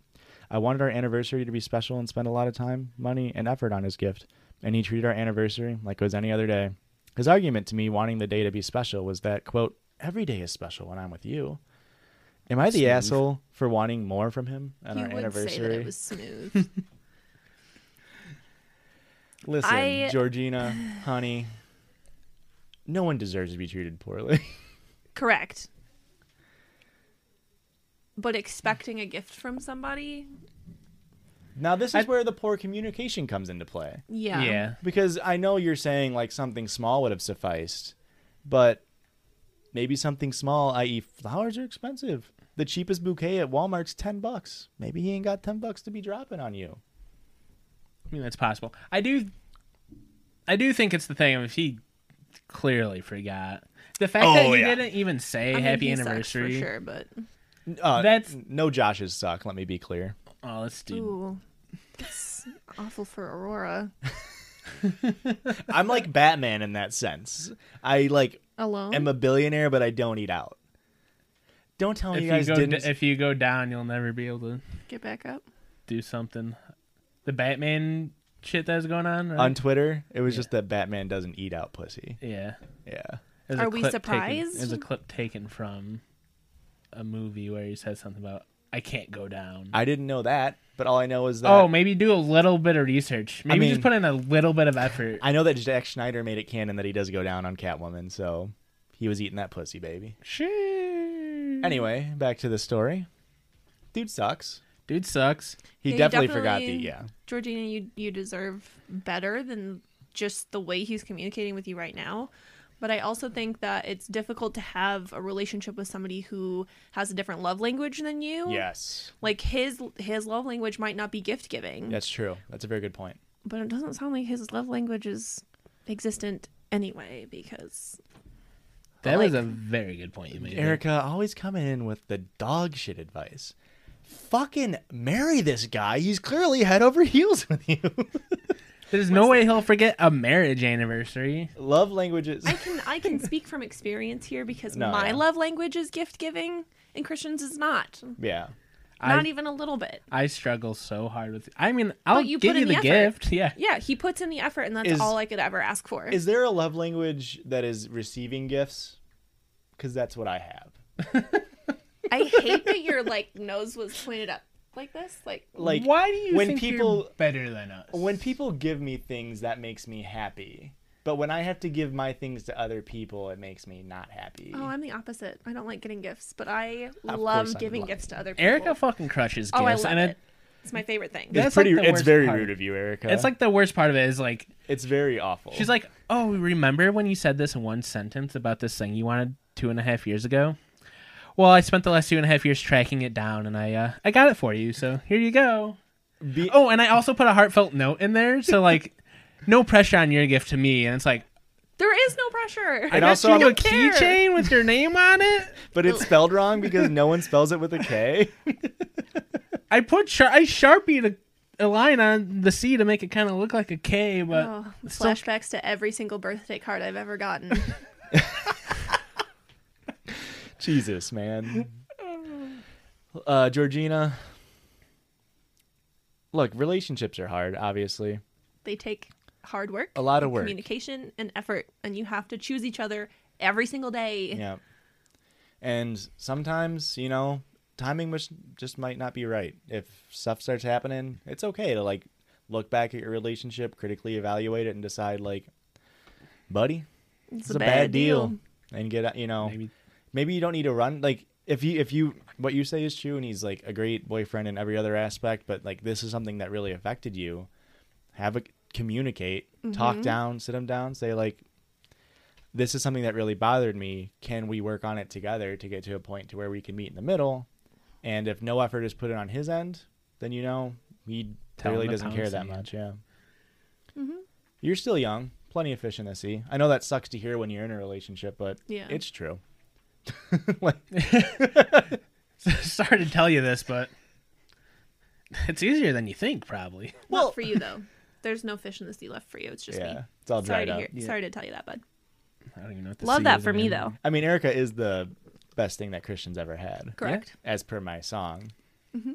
[SPEAKER 2] I wanted our anniversary to be special and spend a lot of time, money, and effort on his gift, and he treated our anniversary like it was any other day. His argument to me wanting the day to be special was that, quote, every day is special when I'm with you. Am I the
[SPEAKER 5] Smooth.
[SPEAKER 2] asshole for wanting more from him at
[SPEAKER 4] You
[SPEAKER 2] our
[SPEAKER 4] would
[SPEAKER 2] anniversary?
[SPEAKER 4] say that it was smooth.
[SPEAKER 2] Listen,
[SPEAKER 4] I-
[SPEAKER 2] Georgina, honey, no one deserves to be treated poorly.
[SPEAKER 4] Correct. But expecting a gift from somebody,
[SPEAKER 2] now, this is
[SPEAKER 3] I-
[SPEAKER 2] where the poor communication comes into play.
[SPEAKER 4] yeah,
[SPEAKER 3] yeah.
[SPEAKER 2] Because I know you're saying like something small would have sufficed, but maybe something small, i.e., flowers are expensive. The cheapest bouquet at Walmart's 10 bucks. Maybe he ain't got 10 bucks to be dropping on you.
[SPEAKER 3] I mean, that's possible. I do, I do think it's the thing. of he clearly forgot the fact that
[SPEAKER 2] Oh,
[SPEAKER 3] he
[SPEAKER 2] yeah.
[SPEAKER 3] didn't even say
[SPEAKER 4] I mean,
[SPEAKER 3] happy
[SPEAKER 4] he sucks
[SPEAKER 3] anniversary.
[SPEAKER 4] for sure. But
[SPEAKER 2] Uh,
[SPEAKER 3] That's-
[SPEAKER 2] no Josh's suck, let me be clear.
[SPEAKER 3] Oh, let's do.
[SPEAKER 4] ooh, that's awful for Aurora
[SPEAKER 2] I'm like Batman in that sense. I like
[SPEAKER 4] alone.
[SPEAKER 2] am a billionaire, but I don't eat out. Don't tell me
[SPEAKER 3] If
[SPEAKER 2] you
[SPEAKER 3] you,
[SPEAKER 2] guys
[SPEAKER 3] go d-
[SPEAKER 2] didn't.
[SPEAKER 3] if you go down, you'll never be able to
[SPEAKER 4] Get back up.
[SPEAKER 3] do something. The Batman shit that's going on. Right?
[SPEAKER 2] on Twitter, it was just that Batman doesn't eat out pussy.
[SPEAKER 3] yeah.
[SPEAKER 2] Yeah.
[SPEAKER 3] There's a
[SPEAKER 4] Are we
[SPEAKER 3] clip taken-
[SPEAKER 4] surprised?
[SPEAKER 3] There's a clip taken from a movie where he says something about I can't go down.
[SPEAKER 2] I didn't know that, but all I know is that
[SPEAKER 3] oh, maybe do a little bit of research. Maybe
[SPEAKER 2] mean-
[SPEAKER 3] just put in a little bit of effort.
[SPEAKER 2] I know that Jack Schneider made it canon that he does go down on Catwoman, so he was eating that pussy, baby.
[SPEAKER 3] Sure.
[SPEAKER 2] Anyway, back to the story. Dude sucks.
[SPEAKER 3] Dude sucks.
[SPEAKER 2] He
[SPEAKER 4] Yeah, you
[SPEAKER 2] definitely, forgot the
[SPEAKER 4] definitely-
[SPEAKER 2] yeah.
[SPEAKER 4] Georgina, you you deserve better than just the way he's communicating with you right now. But I also think that it's difficult to have a relationship with somebody who has a different love language than you.
[SPEAKER 2] Yes.
[SPEAKER 4] Like his his love language might not be gift giving,
[SPEAKER 2] That's true. That's a very good point.
[SPEAKER 4] but it doesn't sound like his love language is existent anyway because
[SPEAKER 3] That was
[SPEAKER 4] like-
[SPEAKER 3] a very good point you made. there.
[SPEAKER 2] Erica always coming in with the dog shit advice. Fucking marry this guy. He's clearly head over heels with you.
[SPEAKER 3] There's no way he'll forget a marriage anniversary.
[SPEAKER 2] Love languages.
[SPEAKER 4] I can I can speak from experience here because
[SPEAKER 2] No,
[SPEAKER 4] my
[SPEAKER 2] yeah.
[SPEAKER 4] love language is gift giving and Christian's is not.
[SPEAKER 2] Yeah.
[SPEAKER 4] Not
[SPEAKER 3] I-
[SPEAKER 4] even a little bit.
[SPEAKER 3] I struggle so hard with. I mean, I'll
[SPEAKER 4] you
[SPEAKER 3] give
[SPEAKER 4] put
[SPEAKER 3] you
[SPEAKER 4] in
[SPEAKER 3] the,
[SPEAKER 4] the effort.
[SPEAKER 3] gift. Yeah.
[SPEAKER 4] Yeah, he puts in the effort and that's
[SPEAKER 2] Is-
[SPEAKER 4] all I could ever ask for.
[SPEAKER 2] Is there a love language that is receiving gifts? Because that's what I have.
[SPEAKER 4] I hate that your like nose was pointed up like this. Like
[SPEAKER 2] Like
[SPEAKER 3] Why do you
[SPEAKER 2] when
[SPEAKER 3] think
[SPEAKER 2] people
[SPEAKER 3] you're better than us?
[SPEAKER 2] when people give me things that makes me happy, but when I have to give my things to other people, it makes me not happy.
[SPEAKER 4] oh, I'm the opposite. I don't like getting gifts, but I
[SPEAKER 2] Of course
[SPEAKER 4] love
[SPEAKER 2] I'm
[SPEAKER 4] giving
[SPEAKER 2] lying.
[SPEAKER 4] gifts to other people.
[SPEAKER 3] Erica fucking crushes gifts,
[SPEAKER 4] oh, I love
[SPEAKER 3] and
[SPEAKER 4] it.
[SPEAKER 3] it,
[SPEAKER 4] It's my favorite thing.
[SPEAKER 3] That's like the worst part.
[SPEAKER 2] of you, Erica.
[SPEAKER 3] it's like the worst part of it is like
[SPEAKER 2] it's very awful.
[SPEAKER 3] she's like, "Oh, remember when you said this in one sentence about this thing you wanted two and a half years ago?" Well, I spent the last two and a half years tracking it down, and I uh, I got it for you. So here you go.
[SPEAKER 2] Be-
[SPEAKER 3] Oh, and I also put a heartfelt note in there, so like, no pressure on your gift to me. And it's like,
[SPEAKER 4] There is no pressure.
[SPEAKER 3] I
[SPEAKER 2] And
[SPEAKER 3] got
[SPEAKER 2] also
[SPEAKER 3] you
[SPEAKER 2] I'm-
[SPEAKER 3] a keychain with your name on it.
[SPEAKER 2] but it's spelled wrong because no one spells it with a K.
[SPEAKER 3] I put shar- I sharpied a, a line on the C to make it kind of look like a K, but
[SPEAKER 4] Oh,
[SPEAKER 3] it's still-
[SPEAKER 4] flashbacks to every single birthday card I've ever gotten.
[SPEAKER 2] Jesus, man. Uh, Georgina, look, relationships are hard, obviously.
[SPEAKER 4] they take hard work,
[SPEAKER 2] A lot of
[SPEAKER 4] and
[SPEAKER 2] work.
[SPEAKER 4] communication, and effort, and you have to choose each other every single day.
[SPEAKER 2] Yeah. And sometimes, you know, timing was just might not be right. If stuff starts happening, it's okay to like look back at your relationship, critically evaluate it, and decide like, buddy,
[SPEAKER 4] It's,
[SPEAKER 2] this is a bad deal. And get out- you know, maybe.
[SPEAKER 3] Maybe-
[SPEAKER 2] you don't need to run like. If you if you what you say is true and he's like a great boyfriend in every other aspect, but like this is something that really affected you, have a communicate, talk
[SPEAKER 4] Mm-hmm.
[SPEAKER 2] down, sit him down, say like, this is something that really bothered me. Can we work on it together to get to a point to where we can meet in the middle? And if no effort is put in on his end, then you know he He
[SPEAKER 3] Tell
[SPEAKER 2] really
[SPEAKER 3] him to
[SPEAKER 2] doesn't
[SPEAKER 3] pound
[SPEAKER 2] care that
[SPEAKER 3] sand.
[SPEAKER 2] much. Yeah.
[SPEAKER 4] Mm-hmm.
[SPEAKER 2] You're still young. Plenty of fish in the sea. I know that sucks to hear when you're in a relationship, but
[SPEAKER 4] Yeah.
[SPEAKER 2] it's true. like,
[SPEAKER 3] Sorry to tell you this, but it's easier than you think, probably.
[SPEAKER 2] well,
[SPEAKER 4] Not for you though. There's no fish in the sea left for you. It's just me.
[SPEAKER 2] yeah, it's all
[SPEAKER 4] Sorry
[SPEAKER 2] dried
[SPEAKER 4] to
[SPEAKER 2] up.
[SPEAKER 4] hear. Sorry to tell you that, bud.
[SPEAKER 3] I don't even know what the
[SPEAKER 4] Love
[SPEAKER 3] sea
[SPEAKER 4] that
[SPEAKER 3] is
[SPEAKER 4] for me
[SPEAKER 3] anymore.
[SPEAKER 4] though.
[SPEAKER 2] I mean, Erica is the best thing that Christian's ever had,
[SPEAKER 4] Correct. Mm-hmm.
[SPEAKER 2] as per my song.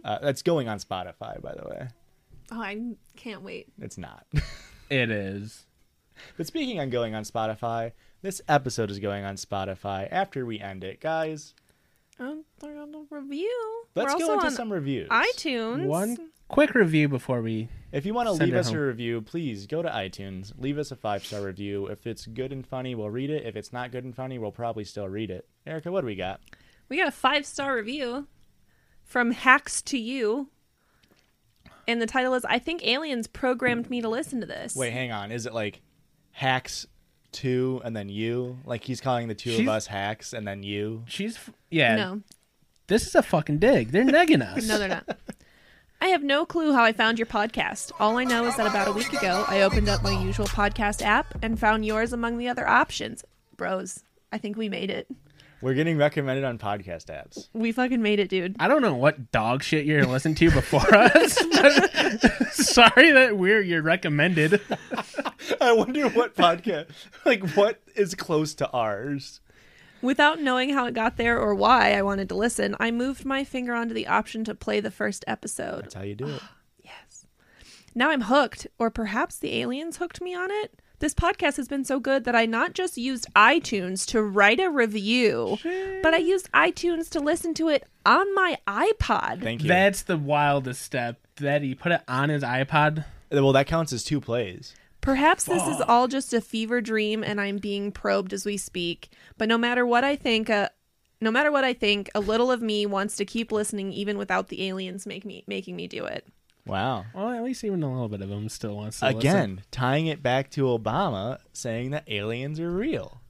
[SPEAKER 2] Uh, that's going on Spotify, by the way.
[SPEAKER 4] Oh, I can't wait.
[SPEAKER 2] It's not.
[SPEAKER 3] It is.
[SPEAKER 2] but speaking on going on Spotify, this episode is going on Spotify after we end it, guys.
[SPEAKER 4] Um, we're on the review.
[SPEAKER 2] Let's
[SPEAKER 4] we're
[SPEAKER 2] go
[SPEAKER 4] also
[SPEAKER 2] into
[SPEAKER 4] on
[SPEAKER 2] some reviews.
[SPEAKER 4] iTunes.
[SPEAKER 3] One quick review before we.
[SPEAKER 2] If you want to
[SPEAKER 3] Send
[SPEAKER 2] leave
[SPEAKER 3] it
[SPEAKER 2] us a
[SPEAKER 3] home.
[SPEAKER 2] review, please go to iTunes, leave us a five star review. If it's good and funny, we'll read it. If it's not good and funny, we'll probably still read it. Erica, what do we got?
[SPEAKER 4] We got a five star review from Hacks to You. And the title is I think aliens programmed me to listen to this.
[SPEAKER 2] Wait, hang on. Is it like hacks two and then you? Like he's calling the two of
[SPEAKER 3] She's-
[SPEAKER 2] us hacks and then you?
[SPEAKER 3] She's. f- Yeah.
[SPEAKER 4] No.
[SPEAKER 3] This is a fucking dig. They're negging us.
[SPEAKER 4] No, they're not. I have no clue how I found your podcast. All I know is that about a week ago, I opened up my usual podcast app and found yours among the other options. Bros, I think we made it.
[SPEAKER 2] We're getting recommended on podcast apps.
[SPEAKER 4] We fucking made it, dude.
[SPEAKER 3] I don't know what dog shit you're gonna listen to before us. But sorry that we're your recommended.
[SPEAKER 2] I wonder what podcast, like what is close to ours.
[SPEAKER 4] Without knowing how it got there or why I wanted to listen, I moved my finger onto the option to play the first episode.
[SPEAKER 2] That's how you do it.
[SPEAKER 4] Now I'm hooked, or perhaps the aliens hooked me on it. This podcast has been so good that I not just used iTunes to write a review, but I used iTunes to listen to it on my iPod.
[SPEAKER 2] Thank you.
[SPEAKER 3] That's the wildest step. That he put it on his iPod.
[SPEAKER 2] well, that counts as two plays.
[SPEAKER 4] Perhaps this is all just a fever dream and I'm being probed as we speak, but no matter what I think, uh, no matter what I think, a little of me wants to keep listening even without the aliens make me making me do it.
[SPEAKER 2] Wow.
[SPEAKER 3] Well, at least even a little bit of him still wants to listen.
[SPEAKER 2] Again, tying it back to Obama saying that aliens are real.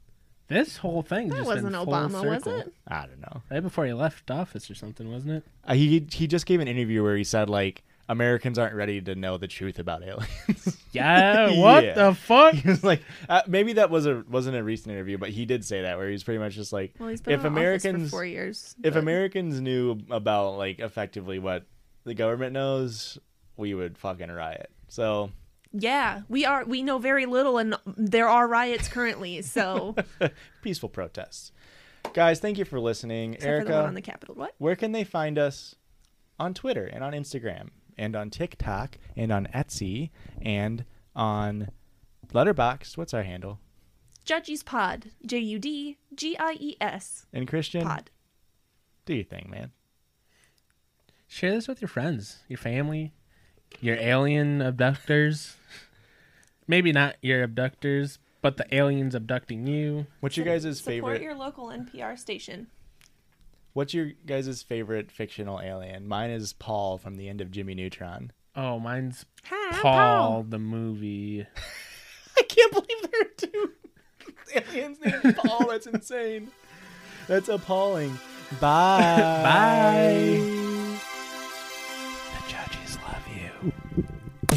[SPEAKER 3] This whole thing
[SPEAKER 4] That
[SPEAKER 3] just
[SPEAKER 4] wasn't
[SPEAKER 3] been full
[SPEAKER 4] Obama, was
[SPEAKER 3] circle.
[SPEAKER 4] it?
[SPEAKER 2] I don't know.
[SPEAKER 3] Right before he left office or something, wasn't it?
[SPEAKER 2] Uh, he he just gave an interview where he said like Americans aren't ready to know the truth about aliens.
[SPEAKER 3] Yeah.
[SPEAKER 2] Yeah.
[SPEAKER 3] What the fuck?
[SPEAKER 2] he was like uh, maybe that was a wasn't a recent interview, but he did say that where he's pretty much just like
[SPEAKER 4] Well, he's been
[SPEAKER 2] if Americans
[SPEAKER 4] for four years.
[SPEAKER 2] if Americans knew about like effectively what the government knows, we would fucking riot. So
[SPEAKER 4] yeah, we are we know very little, and there are riots currently. So
[SPEAKER 2] peaceful protests, guys. Thank you for listening,
[SPEAKER 4] except for the one
[SPEAKER 2] Erica.
[SPEAKER 4] on the Capitol, what?
[SPEAKER 2] where can they find us on Twitter and on Instagram and on TikTok and on Etsy and on Letterboxd? What's our handle?
[SPEAKER 4] Judges Pod, J U D G I E S
[SPEAKER 2] And Christian,
[SPEAKER 4] Pod.
[SPEAKER 2] do your thing, man.
[SPEAKER 3] Share this with your friends, your family, your alien abductors. Maybe not your abductors, but the aliens abducting you.
[SPEAKER 2] What's your guys'
[SPEAKER 4] Support
[SPEAKER 2] favorite?
[SPEAKER 4] your local NPR station.
[SPEAKER 2] What's your guys' favorite fictional alien? Mine is Paul from the end of Jimmy Neutron.
[SPEAKER 3] Oh, mine's
[SPEAKER 4] Hi, I'm
[SPEAKER 3] Paul the movie.
[SPEAKER 2] I can't believe there are two aliens named Paul. That's insane. That's appalling. Bye.
[SPEAKER 3] Bye. The judges love you.